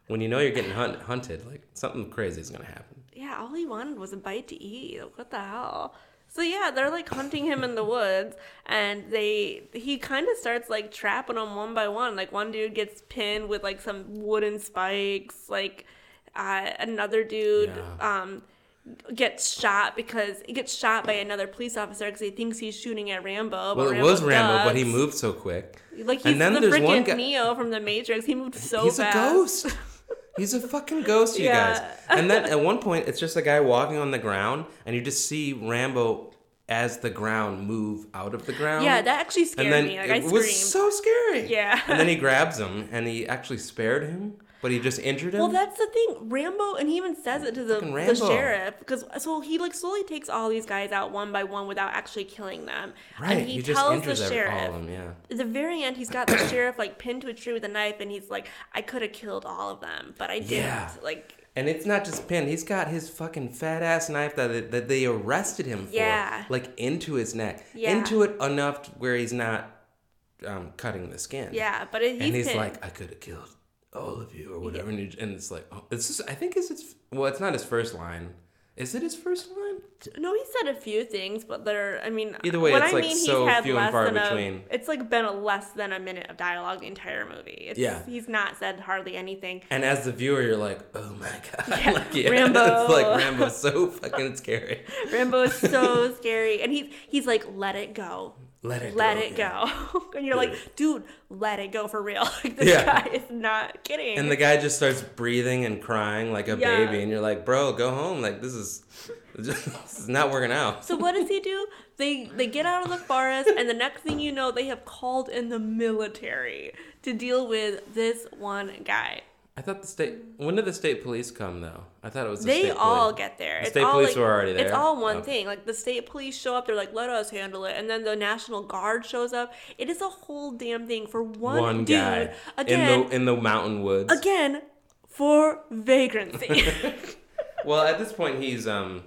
When you know you're getting hunt- hunted, like something crazy is gonna happen. Yeah, all he wanted was a bite to eat. Like, What the hell? So yeah, they're like hunting him in the woods, and they he kind of starts like trapping them one by one. Like one dude gets pinned with like some wooden spikes. Like uh, another dude Yeah. um, gets shot because he gets shot by another police officer because he thinks he's shooting at Rambo. But Well, it Rambo was Rambo, but he ducks. moved so quick. Like he's And then the there's one freaking guy- Neo from the Matrix. He moved so he's fast. a ghost. He's a fucking ghost, you Yeah. guys. And then at one point, it's just a guy walking on the ground, and you just see Rambo as the ground move out of the ground. Yeah, that actually scared um, and then me. Like it I screamed. was so scary. Yeah. And then he grabs him, and he actually spared him, but he just injured him. Well, that's the thing, Rambo, and he even says it to the, Fucking the Rambo. sheriff because so he like slowly takes all these guys out one by one without actually killing them, right. and he, just tells the injures every- sheriff. all of them. Yeah. At the very end, he's got the sheriff like pinned to a tree with a knife, and he's like, "I could have killed all of them, but I didn't." Yeah. Like, And it's not just Penn. He's got his fucking fat ass knife that they, that they arrested him for, Yeah. like into his neck, Yeah. into it enough to where he's not um, cutting the skin. yeah, but it, he's, and he's pinned. like, I could have killed all of you or whatever. And, you- and it's like, oh, it's just, I think it's, it's well, it's not his first line. Is it his first line? No, he said a few things, but they're. I mean, Either way, what it's, I like, mean, he's so had few and less far than a- between. it's like been a less than a minute of dialogue the entire movie. It's, Yeah. he's not said hardly anything. And as the viewer, you're like, oh my god, Yeah, like, yeah, Rambo. it's like Rambo's so fucking scary. Rambo is so scary, and he's he's like, "Let it go, Let it let go, it yeah. go," and you're Yeah. like, "Dude, let it go for real." Like this Yeah. guy is not kidding. And the guy just starts breathing and crying like a Yeah. baby, and you're like, bro, go home. Like this is, this is not working out. so what does he do? They they get out of the forest, and the next thing you know, they have called in the military to deal with this one guy. I thought the state. When did the state police come though? I thought it was. The They state all police. get there. The It's state all, police like, were already there. It's all one Okay. thing. Like the state police show up, they're like, "Let us handle it," and then the national guard shows up. It is a whole damn thing for one, One, dude. guy Again, in the in the mountain woods. again for vagrancy. Well, at this point, he's um.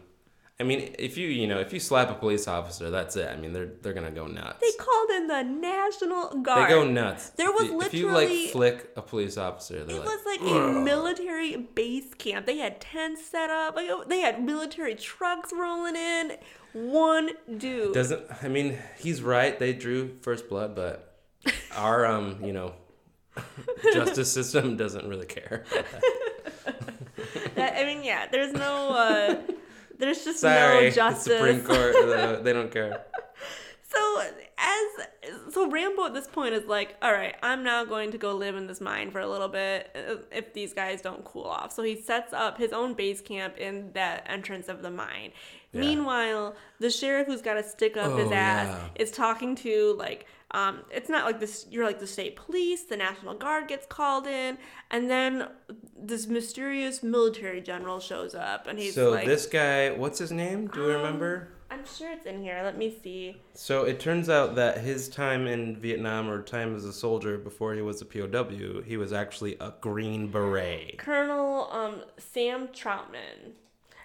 I mean, if you you know if you slap a police officer, that's it. I mean, they're they're gonna go nuts. they called in the National They Guard. go nuts. There was if you like literally- flick a police officer, they're It like, was like a military base camp. They had tents set up. Like, oh, they had military trucks rolling in. One dude. doesn't. I mean, he's right. They drew first blood, but our um you know justice system doesn't really care. That- I mean, yeah. There's no. Uh, there's just Sorry, no the Supreme justice. Court. uh, they don't care. So as so Rambo at this point is like, all right, I'm now going to go live in this mine for a little bit uh, if these guys don't cool off. So he sets up his own base camp in that entrance of the mine. Yeah. Meanwhile, the sheriff who's got to stick up his Oh, ass yeah. is talking to like um, it's not like this you're like the state police, the National Guard gets called in, and then this mysterious military general shows up and he's so like this guy, what's his name? Do we Um, remember? I'm sure it's in here. Let me see. So it turns out that his time in Vietnam or time as a soldier before he was a POW, he was actually a Green Beret. Colonel um, Sam Troutman.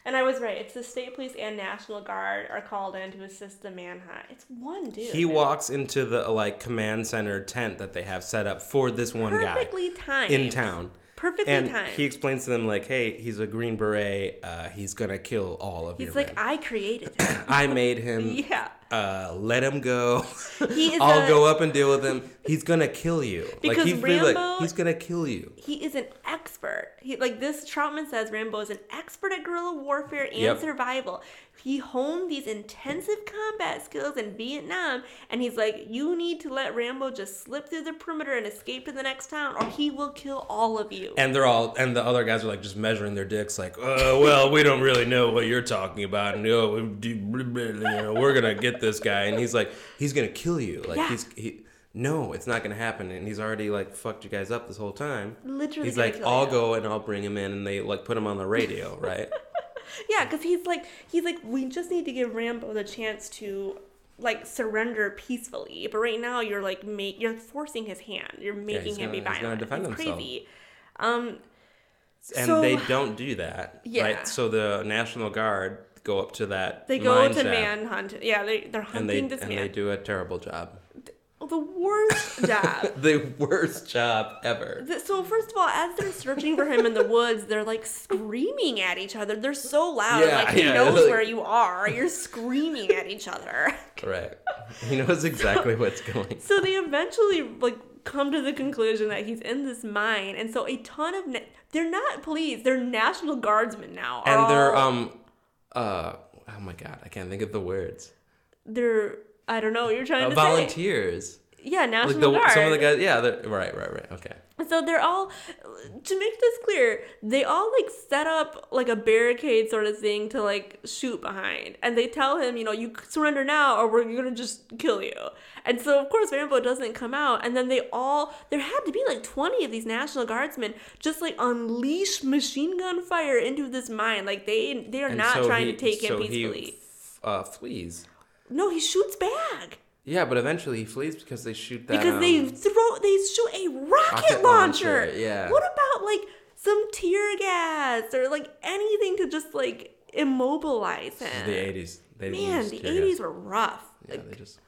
And I was right. It's the state police and national guard are called in to assist the manhunt. It's one dude. He walks into the like command center tent that they have set up for this one perfectly guy timed in town. Perfectly And timed. he explains to them like, "Hey, he's a Green Beret. Uh, he's gonna kill all of you." He's like, I created him. I made him. yeah. uh, let him go. He is I'll a- go up and deal with him. He's gonna kill you. Because like he's really Rambo- like he's gonna kill you. He is an expert. He like this Troutman says Rambo is an expert at guerrilla warfare and Yep. survival. He honed these intensive combat skills in Vietnam and he's like, You need to let Rambo just slip through the perimeter and escape to the next town or he will kill all of you. And they're all and the other guys are like just measuring their dicks, like, uh, well, we don't really know what you're talking about, and oh, we do- blah, blah, blah, you know, we're gonna get this guy, and he's like, he's gonna kill you, like Yeah. he's he. No, it's not gonna happen, and he's already like fucked you guys up this whole time. Literally he's gonna like, kill I'll you." go and I'll bring him in, and they like put him on the radio, right? Yeah, because he's like he's like, we just need to give Rambo the chance to like surrender peacefully. But right now you're like make you're forcing his hand. You're making he's him be gonna- he's violent. gonna defend It's himself. crazy. and So- they don't do that, Yeah. right? So the National Guard go up to that. They go mine to shaft, manhunt. Yeah, they they're and hunting they this and man. they do a terrible job, the worst job. the worst job ever. Th- So first of all, as they're searching for him in the woods, they're like screaming at each other. They're so loud, Yeah, like he yeah, knows like- where you are. You're screaming at each other. Right. He knows exactly what's going. So they eventually like come to the conclusion that he's in this mine, and so a ton of na- they're not police, they're national guardsmen now. are And they're all- um uh oh my god, I can't think of the words. they're I don't know what you're trying Uh, to say. volunteers. Yeah, Like national the guard. some of the guys yeah, they're- right, right, right. Okay. So they're all, to make this clear, they all like set up like a barricade sort of thing to like shoot behind. And they tell him, you know, you surrender now or we're gonna just kill you. And so, of course, Rambo doesn't come out. And then they all, there had to be like 20 of these National Guardsmen just like unleash machine gun fire into this mine. Like they, they are And not so trying he- to take so him he peacefully. f- uh flees. no, he shoots back. Yeah, but eventually he flees because they shoot that because they um, throw they shoot a rocket, Rocket launcher. launcher, yeah. What about like some tear gas or like anything to just like immobilize him? the 80s. They didn't Man, use the tear eighties gas. were rough. Yeah, Like, they just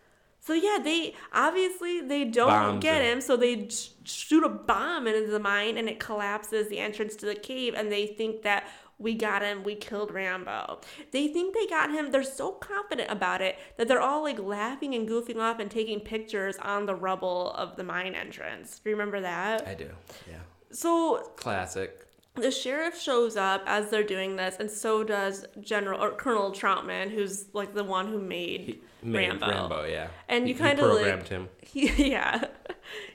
so yeah, they obviously they don't Bombs get him. him, so they sh- shoot a bomb into the mine and it collapses the entrance to the cave, and they think that we got him, we killed Rambo. They think they got him. They're so confident about it that they're all like laughing and goofing off and taking pictures on the rubble of the mine entrance. Do you remember that? I do. Yeah. So Classic. the sheriff shows up as they're doing this, and so does General or Colonel Troutman, who's like the one who made, Made Rambo. Rambo, yeah. And He- you he kind of programmed like, him. He, yeah,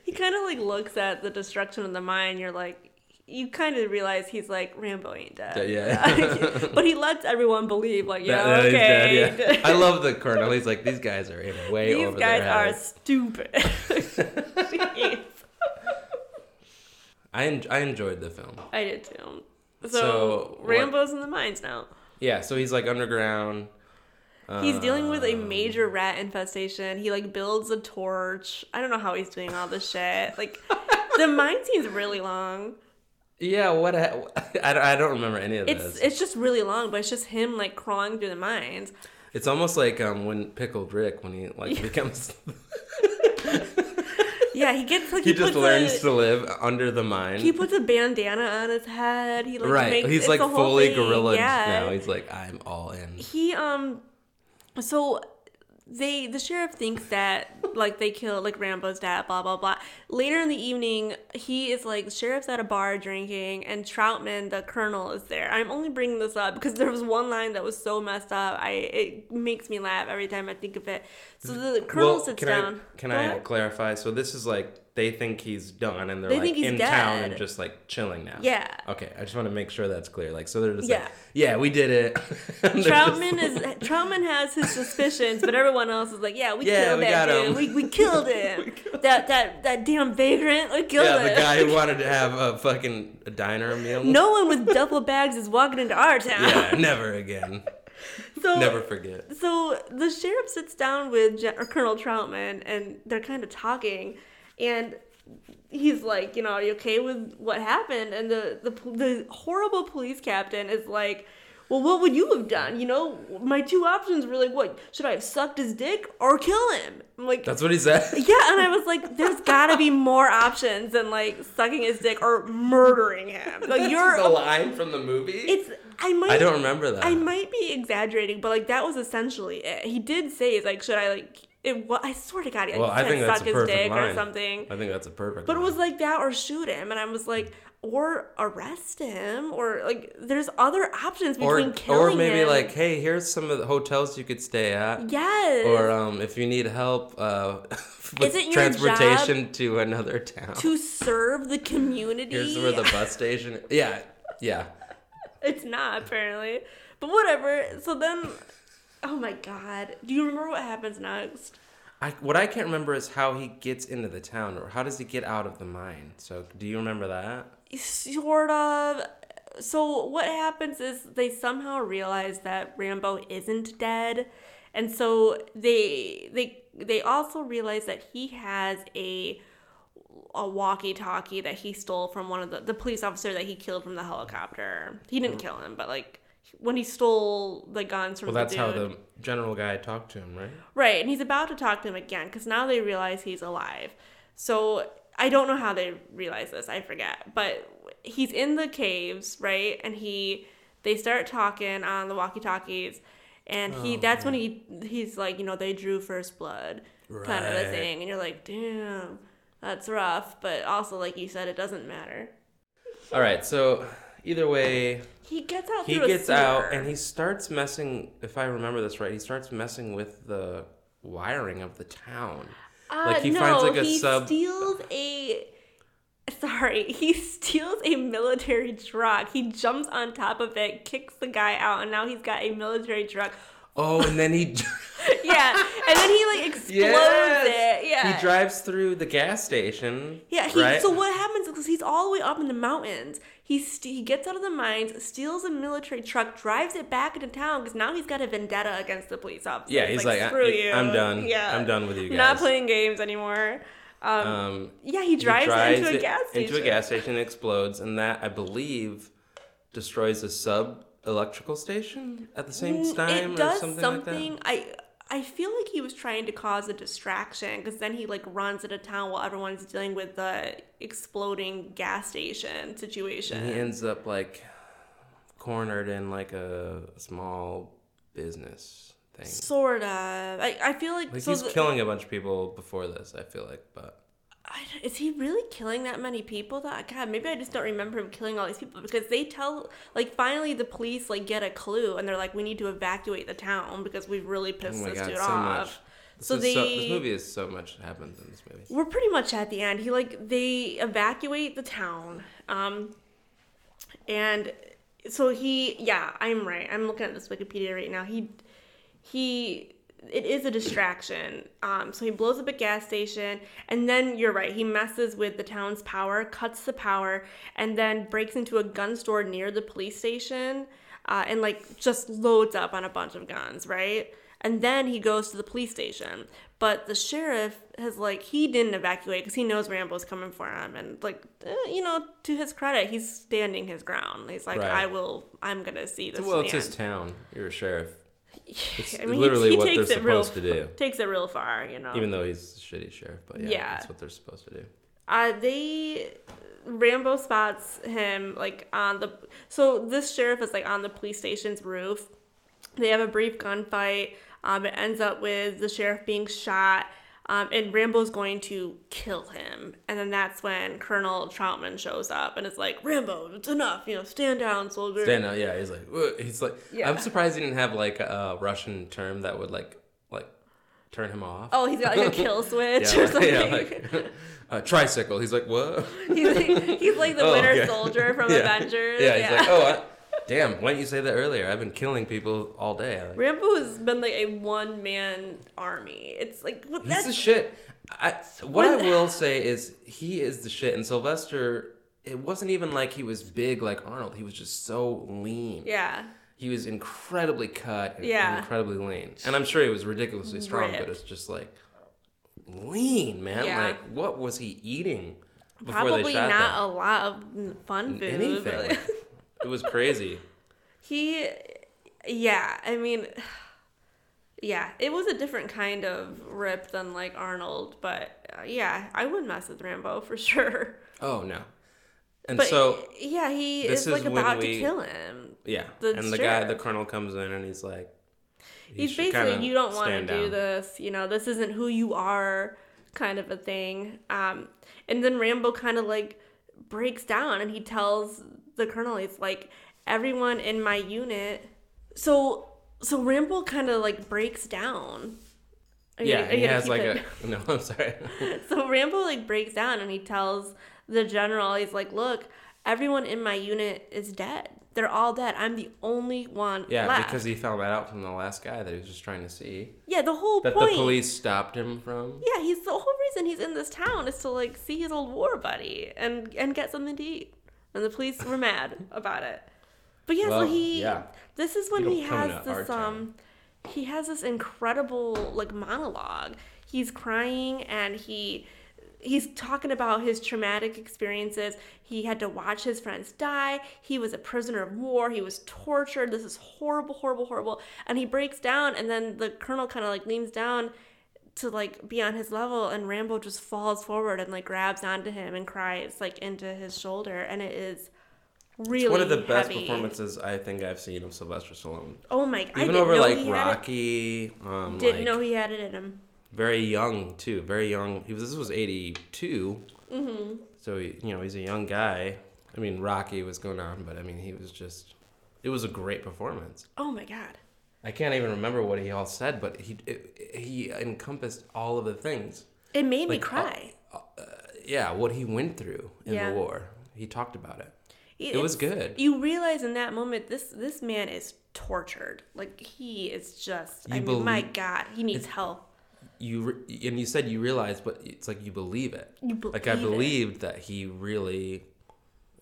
he kind of like looks at the destruction of the mine. You're like, you kind of realize he's like Rambo ain't dead. Yeah. but he lets everyone believe like, yeah, That- that okay, he's dead, he yeah. did- I love the colonel. He's like, these guys are in way these over guys their are heads. stupid. Jeez. I, en- I enjoyed the film. I did too. So, So, what- Rambo's in the mines now. Yeah, so he's like underground. He's dealing with Uh, a major rat infestation. He like builds a torch. I don't know how he's doing all this shit. Like the mine seems really long. Yeah, what? I, I, don't- I don't remember any of It's this. it's just really long, but it's just him like crawling through the mines. It's almost like um when pickled Rick when he like becomes Yeah, he gets like he just puts learns a, to live under the mine. He puts a bandana on his head. He like right, makes, he's it's like the whole fully thing. gorilla yeah. now. He's like I'm all in. he um, so they the sheriff thinks that like they killed like Rambo's dad. Blah blah blah. Later in the evening, he is like sheriff's at a bar drinking, and Troutman the colonel is there. I'm only bringing this up because there was one line that was so messed up. I it makes me laugh every time I think of it. So the colonel sits can down. I, can Go I ahead. clarify? So this is like they think he's done and they're They like think he's in town dead. and just like chilling now. Yeah. Okay, I just want to make sure that's clear. Like so they're just Yeah. like yeah, we did it. And they're just- Troutman is Troutman has his suspicions, but everyone else is like, "Yeah, we Yeah, killed we that got dude. him. We, we killed him. that that that damn vagrant. We killed yeah, him. the guy who wanted to have a fucking diner meal. no one with duffel bags is walking into our town. Yeah, never again. so Never forget. so the sheriff sits down with Gen- or Colonel Troutman, and they're kind of talking, and he's like, you know, are you okay with what happened? And the the pol- the horrible police captain is like. well, what would you have done? You know, my two options were like, what should I have sucked his dick or kill him? I'm like, That's what he said. yeah, and I was like, there's gotta be more options than like sucking his dick or murdering him. Like That's you're the line from the movie. it's I might I don't remember that. I might be exaggerating, but like that was essentially it. He did say it's like should I like it wa- I swear to god he well, I said think that's suck a his perfect dick line. or something. I think that's a perfect. But it line. was like that or shoot him and I was like or arrest him or like there's other options between or or killing maybe him. like, hey, here's some of the hotels you could stay at. yes Or um, if you need help uh, with Is it your transportation to another town, to serve the community. here's where the bus station. Yeah, yeah. It's not apparently, but whatever. So then, oh my god, do you remember what happens next? I, what I can't remember is how he gets into the town, or how does he get out of the mine. So, do you remember that? Sort of. So what happens is they somehow realize that Rambo isn't dead, and so they they they also realize that he has a a walkie-talkie that he stole from one of the the police officer that he killed from the helicopter. He didn't kill him, but like when he stole the guns from Hmm. Well, that's the how dude. the general guy talked to him, right? Right, and he's about to talk to them again because now they realize he's alive. So I don't know how they realize this. I forget, but he's in the caves, right? And he they start talking on the walkie-talkies, and Oh, he that's when he he's like, you know, they drew first blood, kind of a Right. thing, and you're like, damn, that's rough. But also, like you said, it doesn't matter. All right. So, either way, He gets out. he through gets a out sewer. and he starts messing. If I remember this right, he starts messing with the wiring of the town. Uh, Like, he no, finds, like, a he sub- steals a. Sorry, he steals a military truck. He jumps on top of it, kicks the guy out, and now he's got a military truck. Oh, and then he. Yeah, and then he like explodes Yes! it. Yeah, He drives through the gas station. Yeah, he, right? so what happens is he's all the way up in the mountains. He st- he gets out of the mines, steals a military truck, drives it back into town because now he's got a vendetta against the police officer. Yeah, he's like, I- screw I- you. I'm done. I'm done with you Not guys." playing games anymore. Um, um, yeah, he he drives, it into a it gas station. Into a gas station and explodes, and that I believe destroys a sub electrical station at the same time it does or something, like I I feel like he was trying to cause a distraction because then he like runs into town while everyone's dealing with the exploding gas station that. And he situation. ends up like cornered in like a small business thing. Sort of. I, I feel like, Like so he's the- killing a bunch of people before this, I feel like, but I don't- is he really killing that many people? That God, maybe I just don't remember him killing all these people because they tell like finally the police like get a clue and they're like we need to evacuate the town because we've really oh pissed my this god, dude so off. much. This, So is so, they- this movie is so much happens in this movie. we're pretty much at the end. He like they evacuate the town. Um and so he yeah, I'm right. I'm looking at this Wikipedia right now. He he it is a distraction. Um so he blows up a gas station and then you're right, he messes with the town's power, cuts the power, and then breaks into a gun store near the police station. Uh, and like just loads up on a bunch of guns, right? And then he goes to the police station. But the sheriff has, like, he didn't evacuate because he knows Rambo's coming for him. And, like, eh, you know, to his credit, he's standing his ground. He's like, Right. I will, I'm going to see this. Well, it's man." his town. You're a sheriff. It's I mean, he- literally he what takes they're it real- supposed to do. Takes it real far, you know. Even though he's a shitty sheriff, but yeah, Yeah. that's what they're supposed to do. uh, they Rambo spots him like on the so this sheriff is like on the police station's roof. They have a brief gunfight. Um, it ends up with the sheriff being shot, um, and Rambo's going to kill him. And then that's when Colonel Troutman shows up and is like, "Rambo, it's enough. You know, stand down, soldier." Dan, uh, yeah, he's like, "Ugh," he's like, Yeah. I'm surprised he didn't have like a Russian term that would like, like, turn him off. Oh, he's got like a kill switch yeah, or something. yeah, like a tricycle. He's like, what? he's, like, he's like the Oh, Winter okay. Soldier from yeah. Avengers. Yeah, he's like, oh, I, damn, why didn't you say that earlier? I've been killing people all day. Like, Rambo has been like a one man army. It's like well, He's that's the shit. I, what I What- will say is he is the shit. And Sylvester, it wasn't even like he was big like Arnold. He was just so lean. yeah. He was incredibly cut and Yeah. incredibly lean. And I'm sure he was ridiculously strong, but Ripped. it's just like lean, man. Yeah. Like what was he eating before they Probably shot not that? a lot of fun food. Anything. but- it was crazy. he yeah, I mean, yeah, it was a different kind of rip than like Arnold, but uh, yeah, I would mess with Rambo for sure. Oh no. And But so yeah, he this is is like when about we- to kill him. yeah, the and the guy, strip. the colonel comes in and he's like, he He's should basically kinda you don't want to stand do down." this. You know, this isn't who you are, kind of a thing. Um, and then Rambo kind of like breaks down and he tells the colonel, he's like, everyone in my unit. So so Rambo kind of like breaks down. Are you- Yeah, are he you gonna has keep like it? a no. I'm sorry. So Rambo like breaks down and he tells the general, he's like, "Look, everyone in my unit is dead. They're all dead. I'm the only one Yeah, left." because he found that out from the last guy that he was just trying to see yeah, the whole that point. the police stopped him from. Yeah, he's the whole reason he's in this town is to like see his old war buddy and and get something to eat. And the police were mad about it. But yeah, Well, so he yeah. this is when You he don't come has to our this town. um he has this incredible like monologue. He's crying and he he's talking about his traumatic experiences. He had to watch his friends die. He was a prisoner of war. He was tortured. This is horrible, horrible, horrible. And he breaks down and then the colonel kind of like leans down to like be on his level and Rambo just falls forward and like grabs onto him and cries like into his shoulder and it is really It's one of the best heavy. performances I think I've seen of Sylvester Stallone. Oh my! I Even didn't over know like he had it- Rocky, um, Didn't like, know he had it in him. very young too, very young. He was this was eighty Mm-hmm. so he, you know he's a young guy. I mean, Rocky was going on, but I mean he was just. It was a great performance. Oh my god! I can't even remember what he all said, but he it, he encompassed all of the things. It made me Like, oh, cry. Yeah, what he went through in Yeah. the war. He talked about it. It, it was it's- good. You realize in that moment, this this man is tortured. Like he is just. I You mean, my belie- god, he needs help. You re- and you said you realized, but it's like you believe it. You like I believe it. believed that he really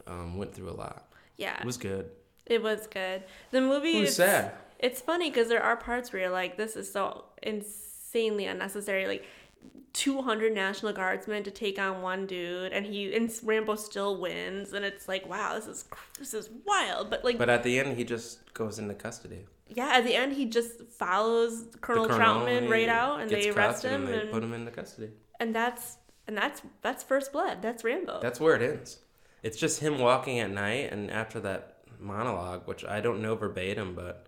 um, went through a lot. Yeah, It was good. good. The movie. It was is- sad. It's funny because there are parts where you're like, this is so insanely unnecessary. Like, 200 National Guardsmen to take on one dude, and he and Rambo still wins, and it's like, wow, this is cr- this is wild. But like, But at the end, he just goes into custody. yeah, at the end, he just follows The Colonel, colonel, Troutman he right out, and gets they arrest cuffed him, they and, put him into custody. and that's and that's that's first blood. That's Rambo. That's where it ends. It's just him walking at night, and after that monologue, which I don't know verbatim, but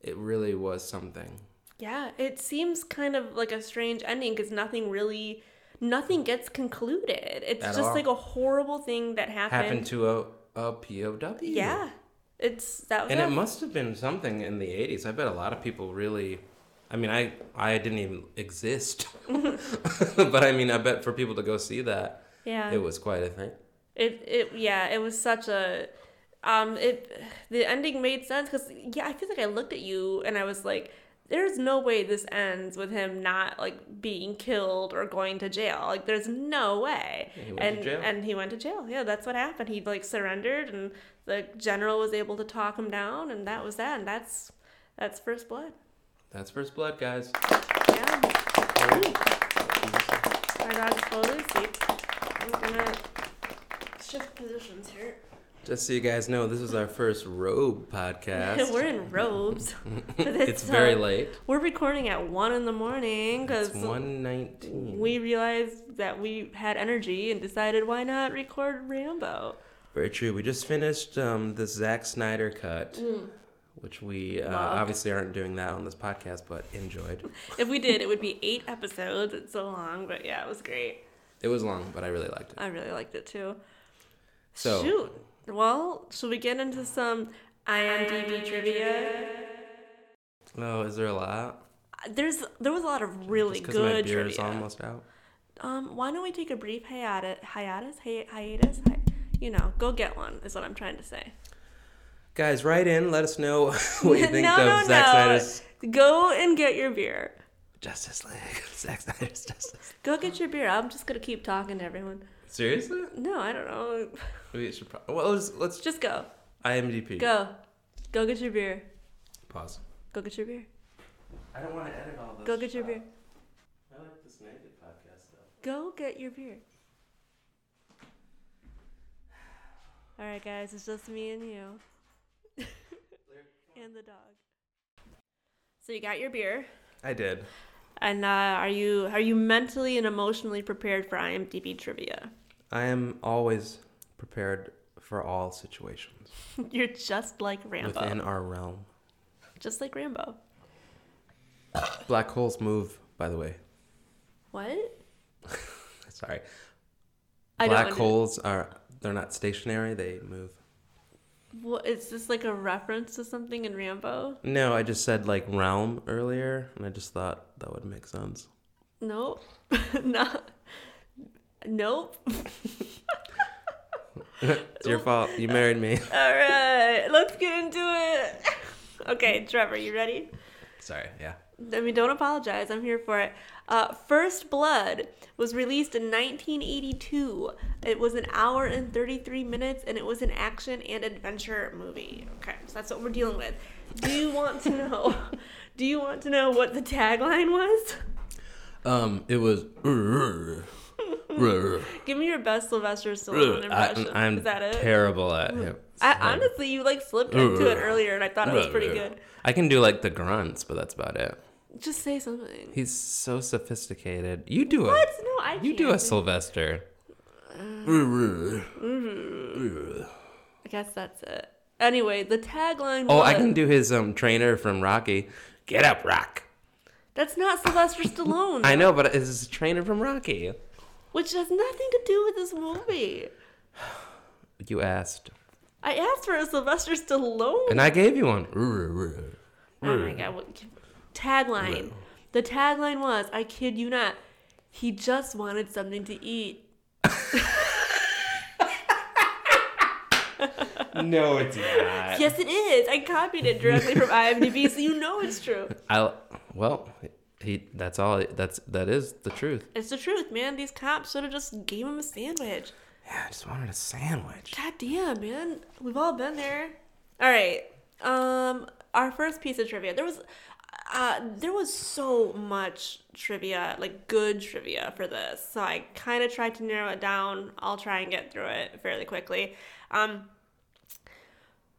it really was something. Yeah, it seems kind of like a strange ending because nothing really, nothing gets concluded. It's At just all. like a horrible thing that happened. Happened to a, a POW. yeah, it's that was And it. it must have been something in the 80s. I bet a lot of people really. I mean, I, I didn't even exist. but I mean, I bet for people to go see that, yeah, it was quite a thing. It it yeah, it was such a um it the ending made sense cuz yeah, I feel like I looked at you and I was like there's no way this ends with him not like being killed or going to jail. Like there's no way. he went to and jail. and he went to jail. Yeah, that's what happened. He like surrendered and the general was able to talk him down and that was that. And that's that's first blood. That's First Blood, guys. Yeah. Ooh. My dog's totally asleep. I'm gonna shift positions here. Just so you guys know, this is our first robe podcast. We're in robes. But it's very uh, late. We're recording at one in the morning because It's one nineteen. we realized that we had energy and decided why not record Rambo. Very true. We just finished um, the Zack Snyder cut, Mm. which we uh, Loved. obviously aren't doing that on this podcast, but enjoyed. If we did, it would be eight episodes. It's so long, but yeah, it was great. it was long, but I really liked it. I really liked it too. So- shoot. Well, should we get into some IMDb trivia? Oh, is there a lot? There's there was a lot of really Just because my good beer trivia. is almost out. Um, why don't we take a brief hiatus? Hiatus? Hi- hiatus? Hi- you know, go get one is what I'm trying to say. Guys, write in. Let us know what you think of Zack Snyder's Go and get your beer. Justice League. Zack Snyder's Justice. Go get your beer. I'm just gonna keep talking to everyone. Seriously? No, I don't know. We should. Pro- well, let's, let's just Just go. IMDb. Go. Go get your beer. Pause. Go get your beer. I don't want to edit all this. Go get your beer. I like this naked podcast though. Go get your beer. All right, guys, it's just me and you. and the dog. So you got your beer, I did. and uh, are you are you mentally and emotionally prepared for IMDb trivia? I am always prepared for all situations You're just like Rambo, within our realm. just like Rambo. Black holes move, by the way. What? Sorry. I don't Black under- holes are they're not stationary, they move. What is this like a reference to something in Rambo? No, I just said like realm earlier and I just thought that would make sense. Nope. no. Nope. It's your fault. You married me. All right, let's get into it. Okay, Trevor, you ready? Sorry, yeah. I mean, don't apologize. I'm here for it. Uh, First Blood was released in 1982. It was an hour and 33 minutes, and it was an action and adventure movie. Okay, so that's what we're dealing with. Do you want to know? Do you want to know what the tagline was? Um it was Give me your best Sylvester Stallone impression. I, am Is that it? terrible at him. I, honestly, you like slipped into it earlier, and I thought it was pretty good. I can do like the grunts, but that's about it. Just say something. He's so sophisticated. You do What? a No, I. you can't. do a Sylvester. I guess that's it. Anyway, the tagline. Oh, was, I can do his um trainer from Rocky. Get up, Rock. That's not Sylvester Stallone, I know, but it's his trainer from Rocky. which has nothing to do with this movie. You asked, I asked for a Sylvester Stallone. and I gave you one. oh my god! What, tagline. The tagline was, "I kid you not, he just wanted something to eat." No, it's not. Yes, it is. I copied it directly from IMDb, so you know it's true. I well, he. That's all. That's that is the truth. It's the truth, man. These cops should have just gave him a sandwich. Yeah, I just wanted a sandwich. God damn, man. We've all been there. All right. Um, our first piece of trivia. There was, uh, there was so much trivia, like good trivia for this. So I kind of tried to narrow it down. I'll try and get through it fairly quickly. Um,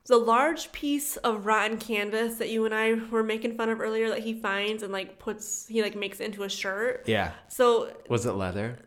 the large piece of rotten canvas that you and I were making fun of earlier that he finds and like puts, he like makes into a shirt. Yeah. So Was it leather?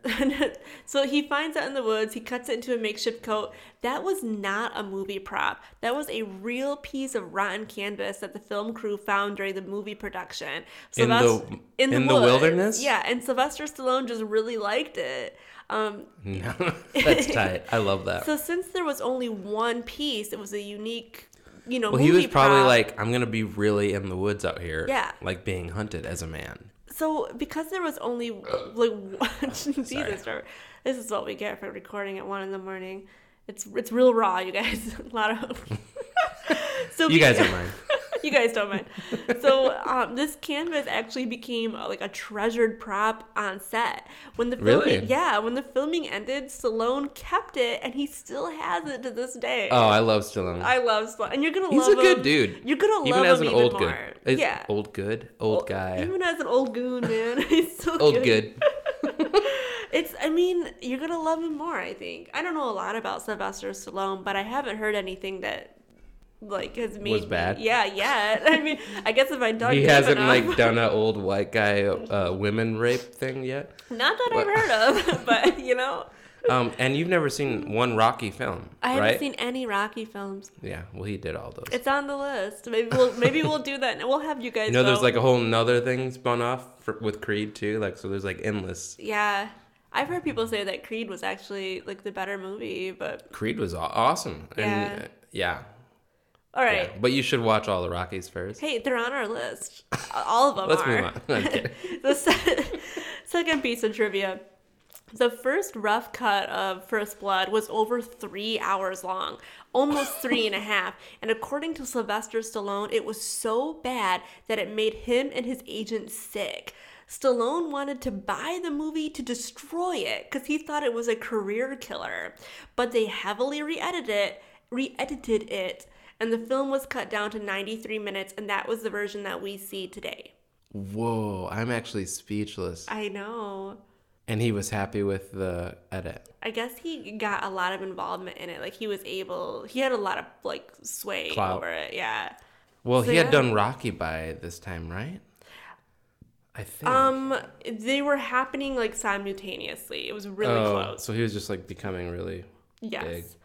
so he finds that in the woods. He cuts it into a makeshift coat. That was not a movie prop. That was a real piece of rotten canvas that the film crew found during the movie production. In the- Sylvester- in the woods. wilderness? Yeah, and Sylvester Stallone just really liked it. Um, No. that's tight. I love that. so since there was only one piece, it was a unique, you know. well, he was movie probably prop. like, I'm gonna be really in the woods out here. Yeah. Like being hunted as a man. So because there was only Uh, like one, Jesus, Trevor, this is what we get for recording at one in the morning. It's it's real raw, you guys. A lot of so You guys beca- are mine. you guys don't mind. So um, this canvas actually became uh, like a treasured prop on set. When the filming, Really? yeah, when the filming ended, Stallone kept it, and he still has it to this day. Oh, I love Stallone. I love Stallone, and you're gonna He's love a good him. dude. You're gonna even love as him an even old more. good, yeah, old good, old guy, Even as an old goon, man, he's so old good. good. It's, I mean, you're gonna love him more, I think. I don't know a lot about Sylvester Stallone, but I haven't heard anything that, like, has made me- bad? Yeah, yet. I mean, I guess if I dug He deep hasn't enough, like done an old white guy uh, women rape thing yet. not that I've heard of, but you know, Um, and you've never seen one Rocky film, I haven't right? seen any Rocky films. Yeah, well, he did all those. It's on the list. Maybe we'll maybe we'll do that. and We'll have you guys. you know, there's vote. like a whole nother thing spun off for, with Creed too. Like, so there's like endless. yeah. I've heard people say that Creed was actually like the better movie, but Creed was aw- awesome. And, Yeah. uh, yeah. all yeah. right. But you should watch all the Rockies first. Hey, they're on our list. All of them Let's are. move on. I'm kidding. the se- second piece of trivia the first rough cut of first blood was over three hours long almost three and a half and according to sylvester stallone it was so bad that it made him and his agent sick Stallone wanted to buy the movie to destroy it because he thought it was a career killer, but they heavily re-edited it, re-edited it, and the film was cut down to 93 minutes, and that was the version that we see today. Whoa, I'm actually speechless. I know. And he was happy with the edit. I guess he got a lot of involvement in it. Like he was able, he had a lot of like sway Clout. over it. Yeah. Well, So, he had yeah. done Rocky by this time, right? I think. Um, they were happening like simultaneously. It was really Oh, close. So he was just like becoming really. big. Yes.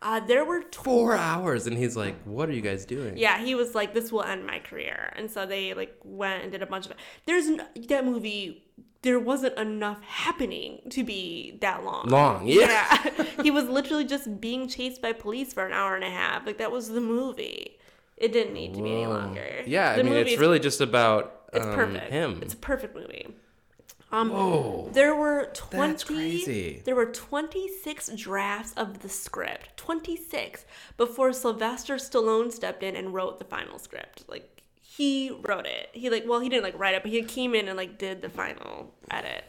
Uh, there were tw- Four hours, and he's like, "What are you guys doing?" yeah, he was like, "This will end my career," and so they like went and did a bunch of. There's n- that movie. There wasn't enough happening to be that long. Long, yeah. Yeah. he was literally just being chased by police for an hour and a half. Like that was the movie. It didn't need to be any Whoa. longer. Oh. Yeah, the I mean, it's movie's- really just about it's um, perfect. him. It's a perfect movie. Um, Whoa. There were twenty. That's crazy. There were twenty-six drafts of the script. Twenty-six before Sylvester Stallone stepped in and wrote the final script. Like he wrote it. He like well he didn't like write it, but he came in and like did the final edit.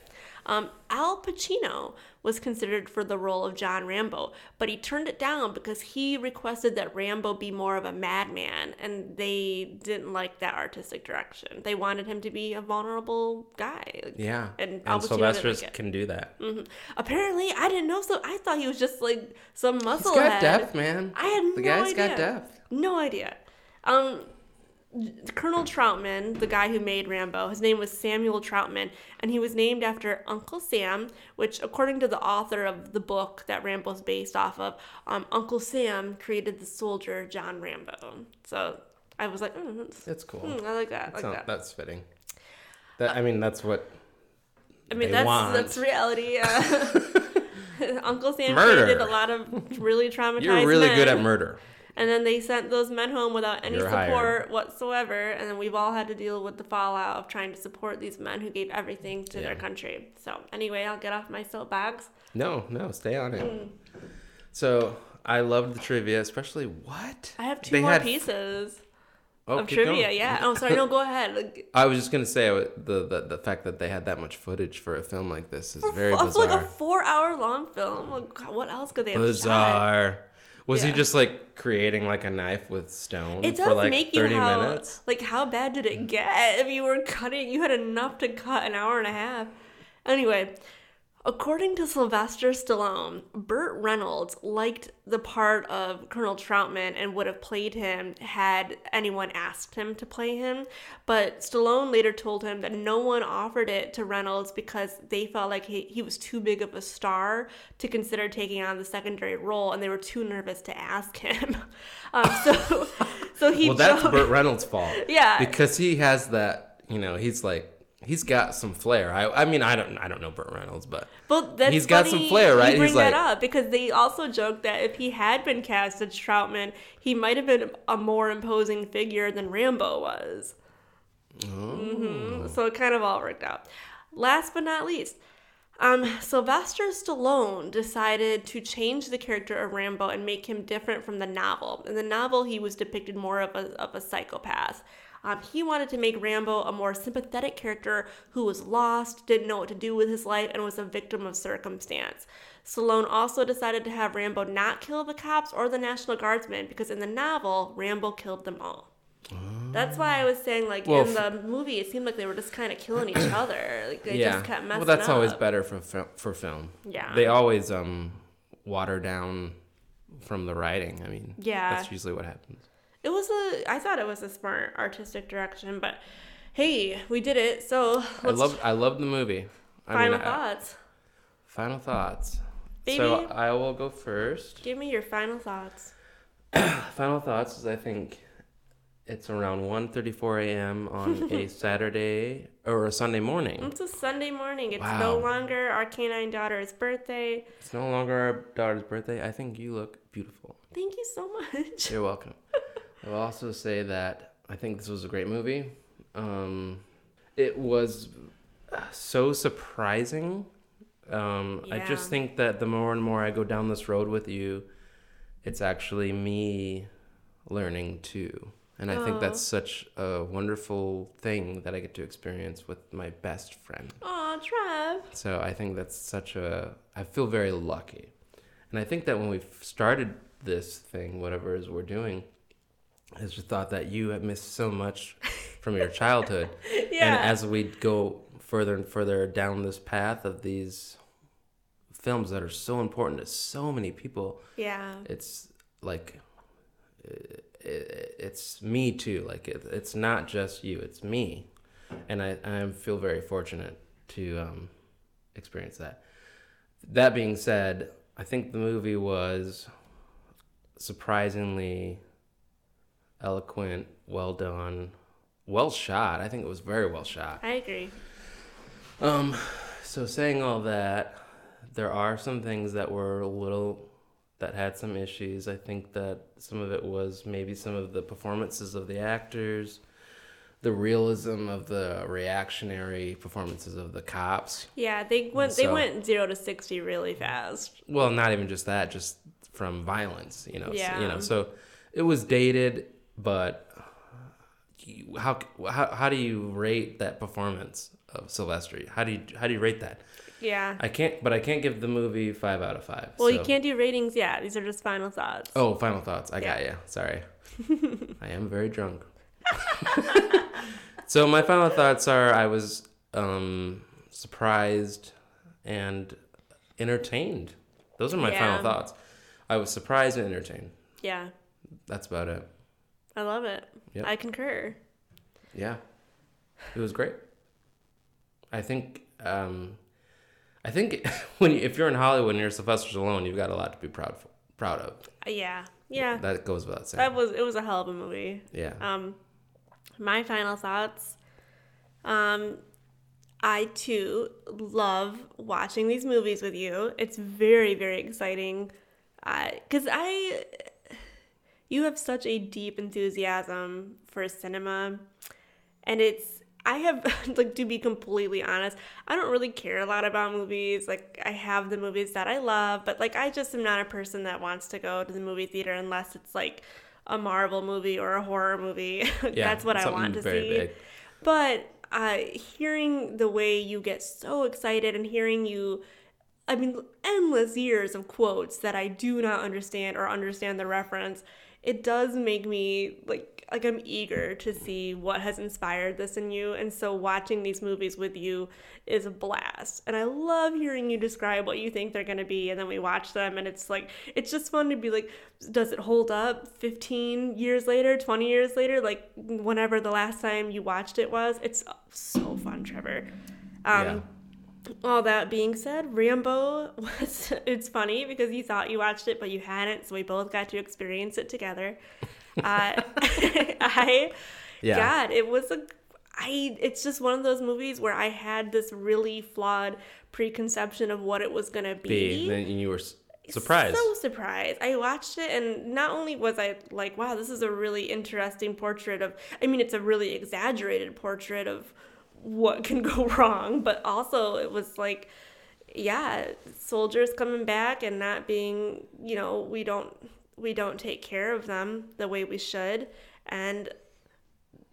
Um, Al Pacino was considered for the role of John Rambo, but he turned it down because he requested that Rambo be more of a madman, and they didn't like that artistic direction. They wanted him to be a vulnerable guy. like, yeah, and, and, Al Pacino Sylvester's didn't like it. Mm-hmm. can do that. Apparently, I didn't know. So I thought he was just like some muscle. He's got head. depth, man. I had no the guy's idea. got depth. No idea. Um, Colonel Troutman, the guy who made Rambo, his name was Samuel Troutman, and he was named after Uncle Sam, which, according to the author of the book that Rambo's based off of, um, Uncle Sam created the soldier John Rambo. So I was like, mm, that's- It's cool. mm, I like that. It's I like not- that. Uh, That's fitting. That I mean, that's what I mean, they that's want. that's reality. Yeah. Uncle Sam Murder. created a lot of really traumatized. you're really good men. at murder. And then they sent those men home without any You're support hired. whatsoever. And then we've all had to deal with the fallout of trying to support these men who gave everything to their Yeah. country. So, anyway, I'll get off my soapbox. No, no, stay on it. Hmm. So I loved the trivia, especially what I have two They more had- pieces Oh, of keep going. trivia. Yeah. Oh, sorry. No, go ahead. Like, I was just gonna say uh, the, the the fact that they had that much footage for a film like this is very of bizarre. like a four hour long film. Like, God, what else could they have shot? bizarre. Was Yeah. he just like creating like a knife with stone It does for like make you thirty how minutes? like how bad did it get? If you were cutting, you had enough to cut an hour and a half. Anyway, according to Sylvester Stallone, Burt Reynolds liked the part of Colonel Troutman and would have played him had anyone asked him to play him. But Stallone later told him that no one offered it to Reynolds because they felt like he, he was too big of a star to consider taking on the secondary role, and they were too nervous to ask him. Um, so, so he. Well, that's joked- Burt Reynolds' fault. Yeah. because he has that. You know, he's like he's got some flair. I I mean, I don't I don't know Burt Reynolds, but Well, that's He's got funny some flair, right? You bring He's that like- up because they also joked that if he had been cast as Troutman, he might have been a more imposing figure than Rambo was. Oh. hmm So it kind of all worked out. Last but not least, um, Sylvester Stallone decided to change the character of Rambo and make him different from the novel. In the novel, he was depicted more of a, of a psychopath. Um, he wanted to make Rambo a more sympathetic character who was lost, didn't know what to do with his life, and was a victim of circumstance. Stallone also decided to have Rambo not kill the cops or the National Guardsmen because in the novel, Rambo killed them all. That's why I was saying, like Well, in the movie, it seemed like they were just kind of killing each other. Like they yeah. just kept messing well, that's always up. better for fil- for film. Yeah. they always um water down from the writing. I mean, Yeah. that's usually what happens. it was a i thought it was a smart artistic direction but hey we did it so I let's love I love the movie. I final mean, I- thoughts final thoughts. So Baby. I will go first. give me your final thoughts Final thoughts is I think it's around 1.34 a.m. on a Saturday or a Sunday morning. it's a sunday morning it's no Wow. longer our canine daughter's birthday It's no longer our daughter's birthday. I think you look beautiful. thank you so much You're welcome. I will also say that I think this was a great movie. Um, it was uh, so surprising. Um, I Yeah. just think that the more and more I go down this road with you, it's actually me learning too. And I think that's such a wonderful thing that I get to experience with my best friend. Aw, Trev. So I think that's such a. I feel very lucky. And I think that when we started this thing, whatever it is we're doing, is the thought that you have missed so much from your childhood. Yeah. And as we go further and further down this path of these films that are so important to so many people, Yeah. it's like it, it's me too. Like it, it's not just you. It's me, and I I feel very fortunate to um, experience that. That being said, I think the movie was surprisingly eloquent, well done, well shot. I think it was very well shot. I agree. Um, so saying all that, there are some things that were a little that had some issues. I think that some of it was maybe some of the performances of the actors, the realism of the reactionary performances of the cops. Yeah, they went they So- went zero to sixty really fast. Well, not even just that, just from violence, you know. s- You Yeah. know, so it was dated, but you- how, how how do you rate that performance of Silvestri? How do you how do you rate that? Yeah. I can't, but I can't give the movie five out of five. well, you so- can't do ratings yet. These are just final thoughts. Oh, final thoughts. I got you. Sorry, I am very drunk. so my final thoughts are: I was um, surprised and entertained. Those are my Yeah. final thoughts. I was surprised and entertained. Yeah, That's about it. I love it. Yep. I concur. Yeah, it was great. I think. Um, I think when you, if you're in Hollywood and you're Sylvester Stallone, you've got a lot to be proud for, proud of. Uh, Yeah, yeah. That goes without saying. That was it. Was a hell of a movie. yeah. Um, my final thoughts. Um, I too love watching these movies with you. It's very very exciting. I because I, you have such a deep enthusiasm for cinema, and it's I have like to be completely honest, I don't really care a lot about movies. Like I have the movies that I love, but like I just am not a person that wants to go to the movie theater unless it's like a Marvel movie or a horror movie. That's what I something want to very see. big. But uh, hearing the way you get so excited and hearing you, I mean, endless years of quotes that I do not understand or understand the reference, it does make me like like I'm eager to see what has inspired this in you. And so watching these movies with you is a blast. And I love hearing you describe what you think they're gonna be, and then we watch them, and it's like it's just fun to be like, does it hold up 15 years later, 20 years later, like whenever the last time you watched it was? It's so fun, Trevor. Um, yeah. all that being said, Rambo was it's funny because you thought you watched it but you hadn't, so we both got to experience it together. Uh, I Yeah. God, it was a I it's just one of those movies where I had this really flawed preconception of what it was going to be. Then you were s- surprised. so surprised. I watched it, and not only was I like, wow, this is a really interesting portrait of, I mean, it's a really exaggerated portrait of what can go wrong, but also it was like, yeah, soldiers coming back and not being, you know, we don't we don't take care of them the way we should and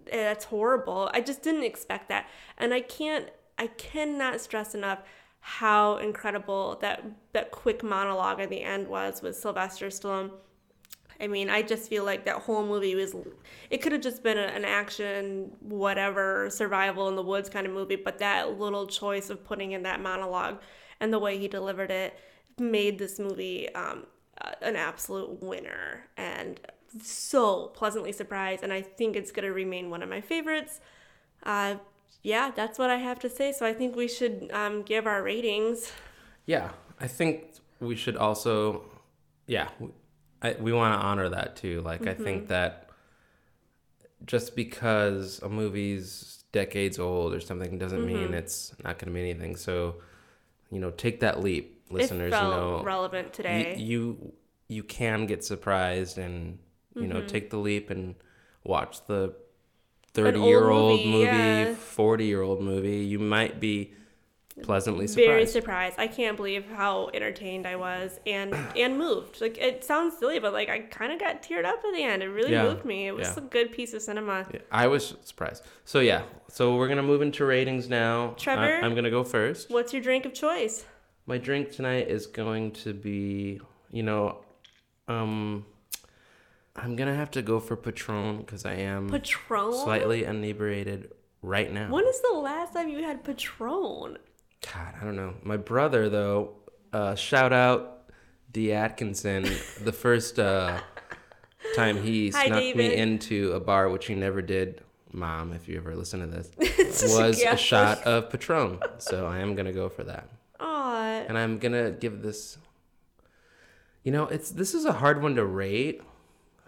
eh, that's horrible. I just didn't expect that. And I can't I cannot stress enough how incredible that that quick monologue at the end was with Sylvester Stallone. I mean, I just feel like that whole movie was it could have just been a, an action whatever survival in the woods kind of movie, but that little choice of putting in that monologue and the way he delivered it made this movie um, a- an absolute winner and so pleasantly surprised and I think it's going to remain one of my favorites. Uh, yeah, that's what I have to say. So I think we should um, give our ratings. yeah. I think we should also, yeah, w- I, we want to honor that too. Like, I Mm-hmm. think that just because a movie's decades old or something doesn't Mm-hmm. mean it's not going to mean anything. So, you know, take that leap, listeners. it felt you know, relevant today. y- you you can get surprised and you Mm-hmm. know take the leap and watch the 30 year old movie, yeah. movie 40 year old movie you might be pleasantly very surprised surprised. I can't believe how entertained I was and and moved. Like it sounds silly, but like I kind of got teared up at the end. It really Yeah. moved me. It was Yeah. a good piece of cinema. i was surprised so yeah so we're gonna move into ratings now I- Trevor? i'm gonna go first What's your drink of choice? my drink tonight is going to be you know um i'm gonna have to go for patron because i am Patron. slightly inebriated right now When is the last time you had Patron? God, I don't know. My brother, though, uh, shout out D. Atkinson, the first uh, time he Hi, snuck David. me into a bar, which he never did, Mom, if you ever listen to this, was Yeah. a shot of Patron. So I am going to go for that. Aw, And I'm going to give this, you know, it's this is a hard one to rate.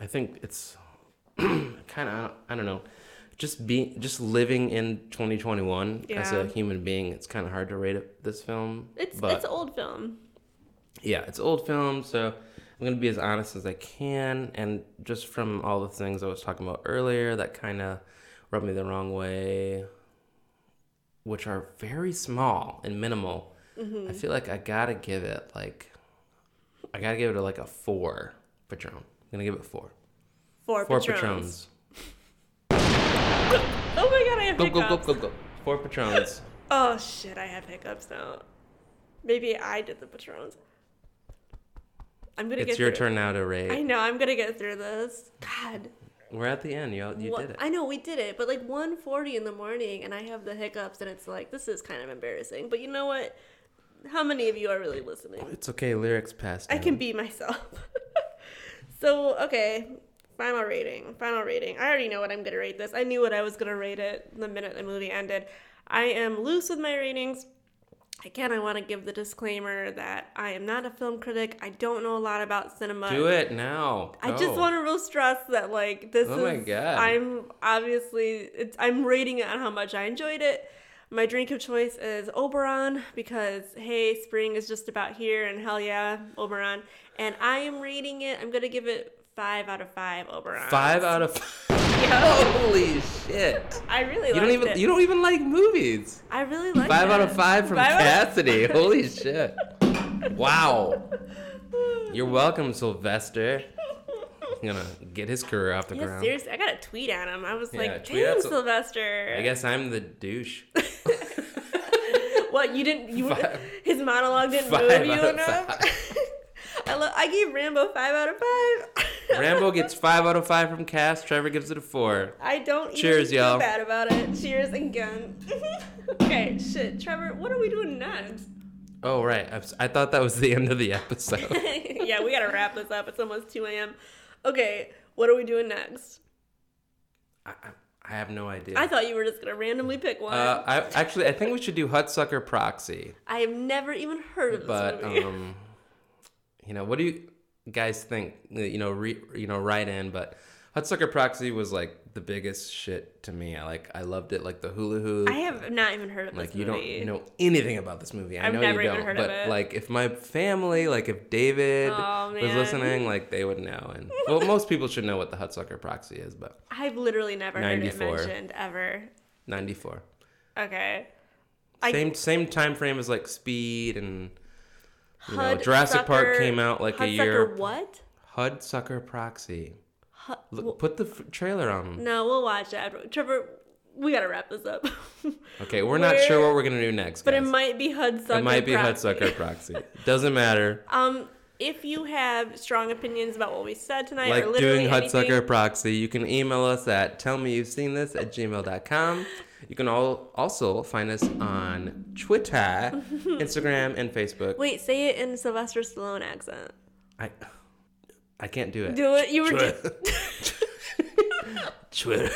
I think it's kind of, I don't know. Just being, just living in 2021 as a Yeah. human being, it's kind of hard to rate it- this film. it's but- it's an old film. yeah, it's an old film, so I'm gonna be as honest as I can. And just from all the things I was talking about earlier, that kind of rubbed me the wrong way, which are very small and minimal. I feel like I gotta give it like I gotta give it like a four Patron. I'm gonna give it four. Four, Four patrons. Patrons. Oh my god, I have Go hiccups. go go go go. Four Patrons. Oh shit, I have hiccups now. Maybe I did the patrons. I'm gonna it's get your through. turn now to rate. I know I'm gonna get through this. God, We're at the end, y'all. You Wha- did it. I know we did it, but like 1:40 in the morning, and I have the hiccups, and it's like this is kind of embarrassing. But you know what? How many of you are really listening? It's okay. Lyrics passed. I down. can be myself. so okay, final rating. Final rating. I already know what I'm gonna rate this. I knew what I was gonna rate it the minute the movie ended. I am loose with my ratings. Again, I want to give the disclaimer that I am not a film critic. I don't know a lot about cinema. do it now. I just Go. want to real stress that like this Oh my is God. I'm obviously it's, I'm rating it on how much I enjoyed it. My drink of choice is Oberon because hey, spring is just about here and hell yeah, Oberon. And I am rating it. I'm gonna give it five out of five Oberon. Five out of holy shit! I really You don't even you don't even like movies. I really like Five out of five from Cassidy. Holy shit! Wow. You're welcome, Sylvester. I'm gonna get his career off the Yeah, ground. seriously, I got to tweet at him. I was Yeah, like, tweet at "Damn, Syl- Sylvester." I guess I'm the douche. What you didn't? You Five. his monologue didn't Five move out you of enough. I love. I gave Rambo five out of five. Rambo gets five out of five from Cass. Trevor gives it a four. I don't Cheers, even y'all. feel bad about it. Cheers again. okay, shit, Trevor. What are we doing next? Oh right, I, I thought that was the end of the episode. yeah, we gotta wrap this up. It's almost two a.m. Okay, what are we doing next? I, I- I have no idea. I thought you were just gonna randomly pick one. uh, I actually I think we should do Hudsucker Proxy. I have never even heard of this but movie. um you know what do you guys think uh, you know re, you know right in but hudsucker proxy was like the biggest shit to me i like i loved it like the hula hula I have not even heard of like this you movie. don't know anything about this movie i I've know never you even don't heard of but it. like if my family like if david Aw, was man. listening like they would know and well most people should know what the hudsucker proxy is but I've literally never heard 94. it mentioned ever. 94 Okay. I- same same time frame as like speed and you know Hud jurassic park Sucker- came out like a Hudsucker year What? Hudsucker Proxy. Hud- Look, put the f- trailer on. no, we'll watch it. after- Trevor, we gotta wrap this up. Okay, we're not Where- sure what we're gonna do next, but it guys. might be Hudsucker. it might be Proxy. Hudsucker Proxy. Doesn't matter. Um, if you have strong opinions about what we said tonight, like or literally doing anything, Hudsucker Proxy, you can email us at tell me you've seen this at gmail.com. You can all also find us on Twitter, Instagram, and Facebook. Wait, say it in Sylvester Stallone accent. I I can't do it. Do it. You were. Just, Twitter.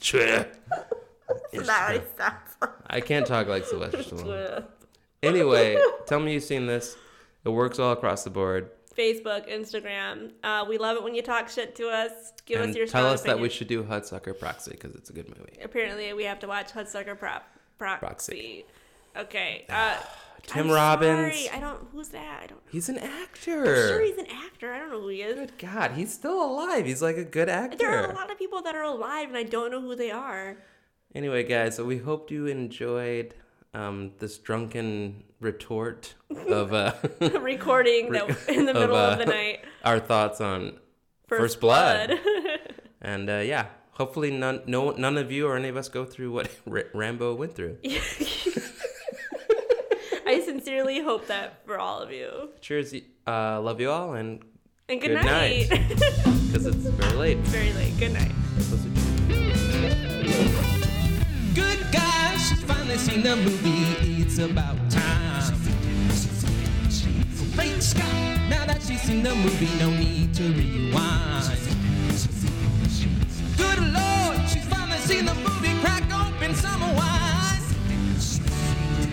Twitter. that already sounds like I can't talk like Sylvester Stallone. Twitter. Anyway, tell me you've seen this. It works all across the board. Facebook, Instagram. Uh, we love it when you talk shit to us. Give and us your tell strong us that we opinions. should do Hudsucker Proxy because it's a good movie. Apparently, we have to watch Hudsucker Prop Proxy. Proxy. Okay. Uh, Tim I'm Robbins. Sorry, I don't. Who's that? I don't. He's an actor. I'm sure he's an actor. I don't know who he is. Good God, he's still alive. He's like a good actor. There are a lot of people that are alive, and I don't know who they are. Anyway, guys, so we hope you enjoyed um, this drunken retort of uh, Recording that in the of, middle of, uh, the night. our thoughts on First and uh, yeah. Hopefully, none no none of you or any of us go through what R- Rambo went through. I sincerely hope that for all of you. Cheers, y- uh, love you all, and And good, Good night. night. because it's very late. Very late. Good night. Good guys, she's finally seen the movie. It's about time. Great Scott, Now that she's seen the movie, no need to rewind. Good Lord, she's finally seen the movie, crack open some wine.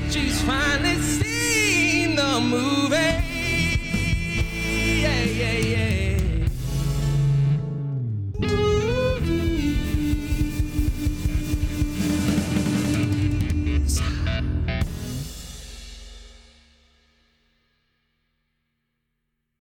She's finally seen the movie.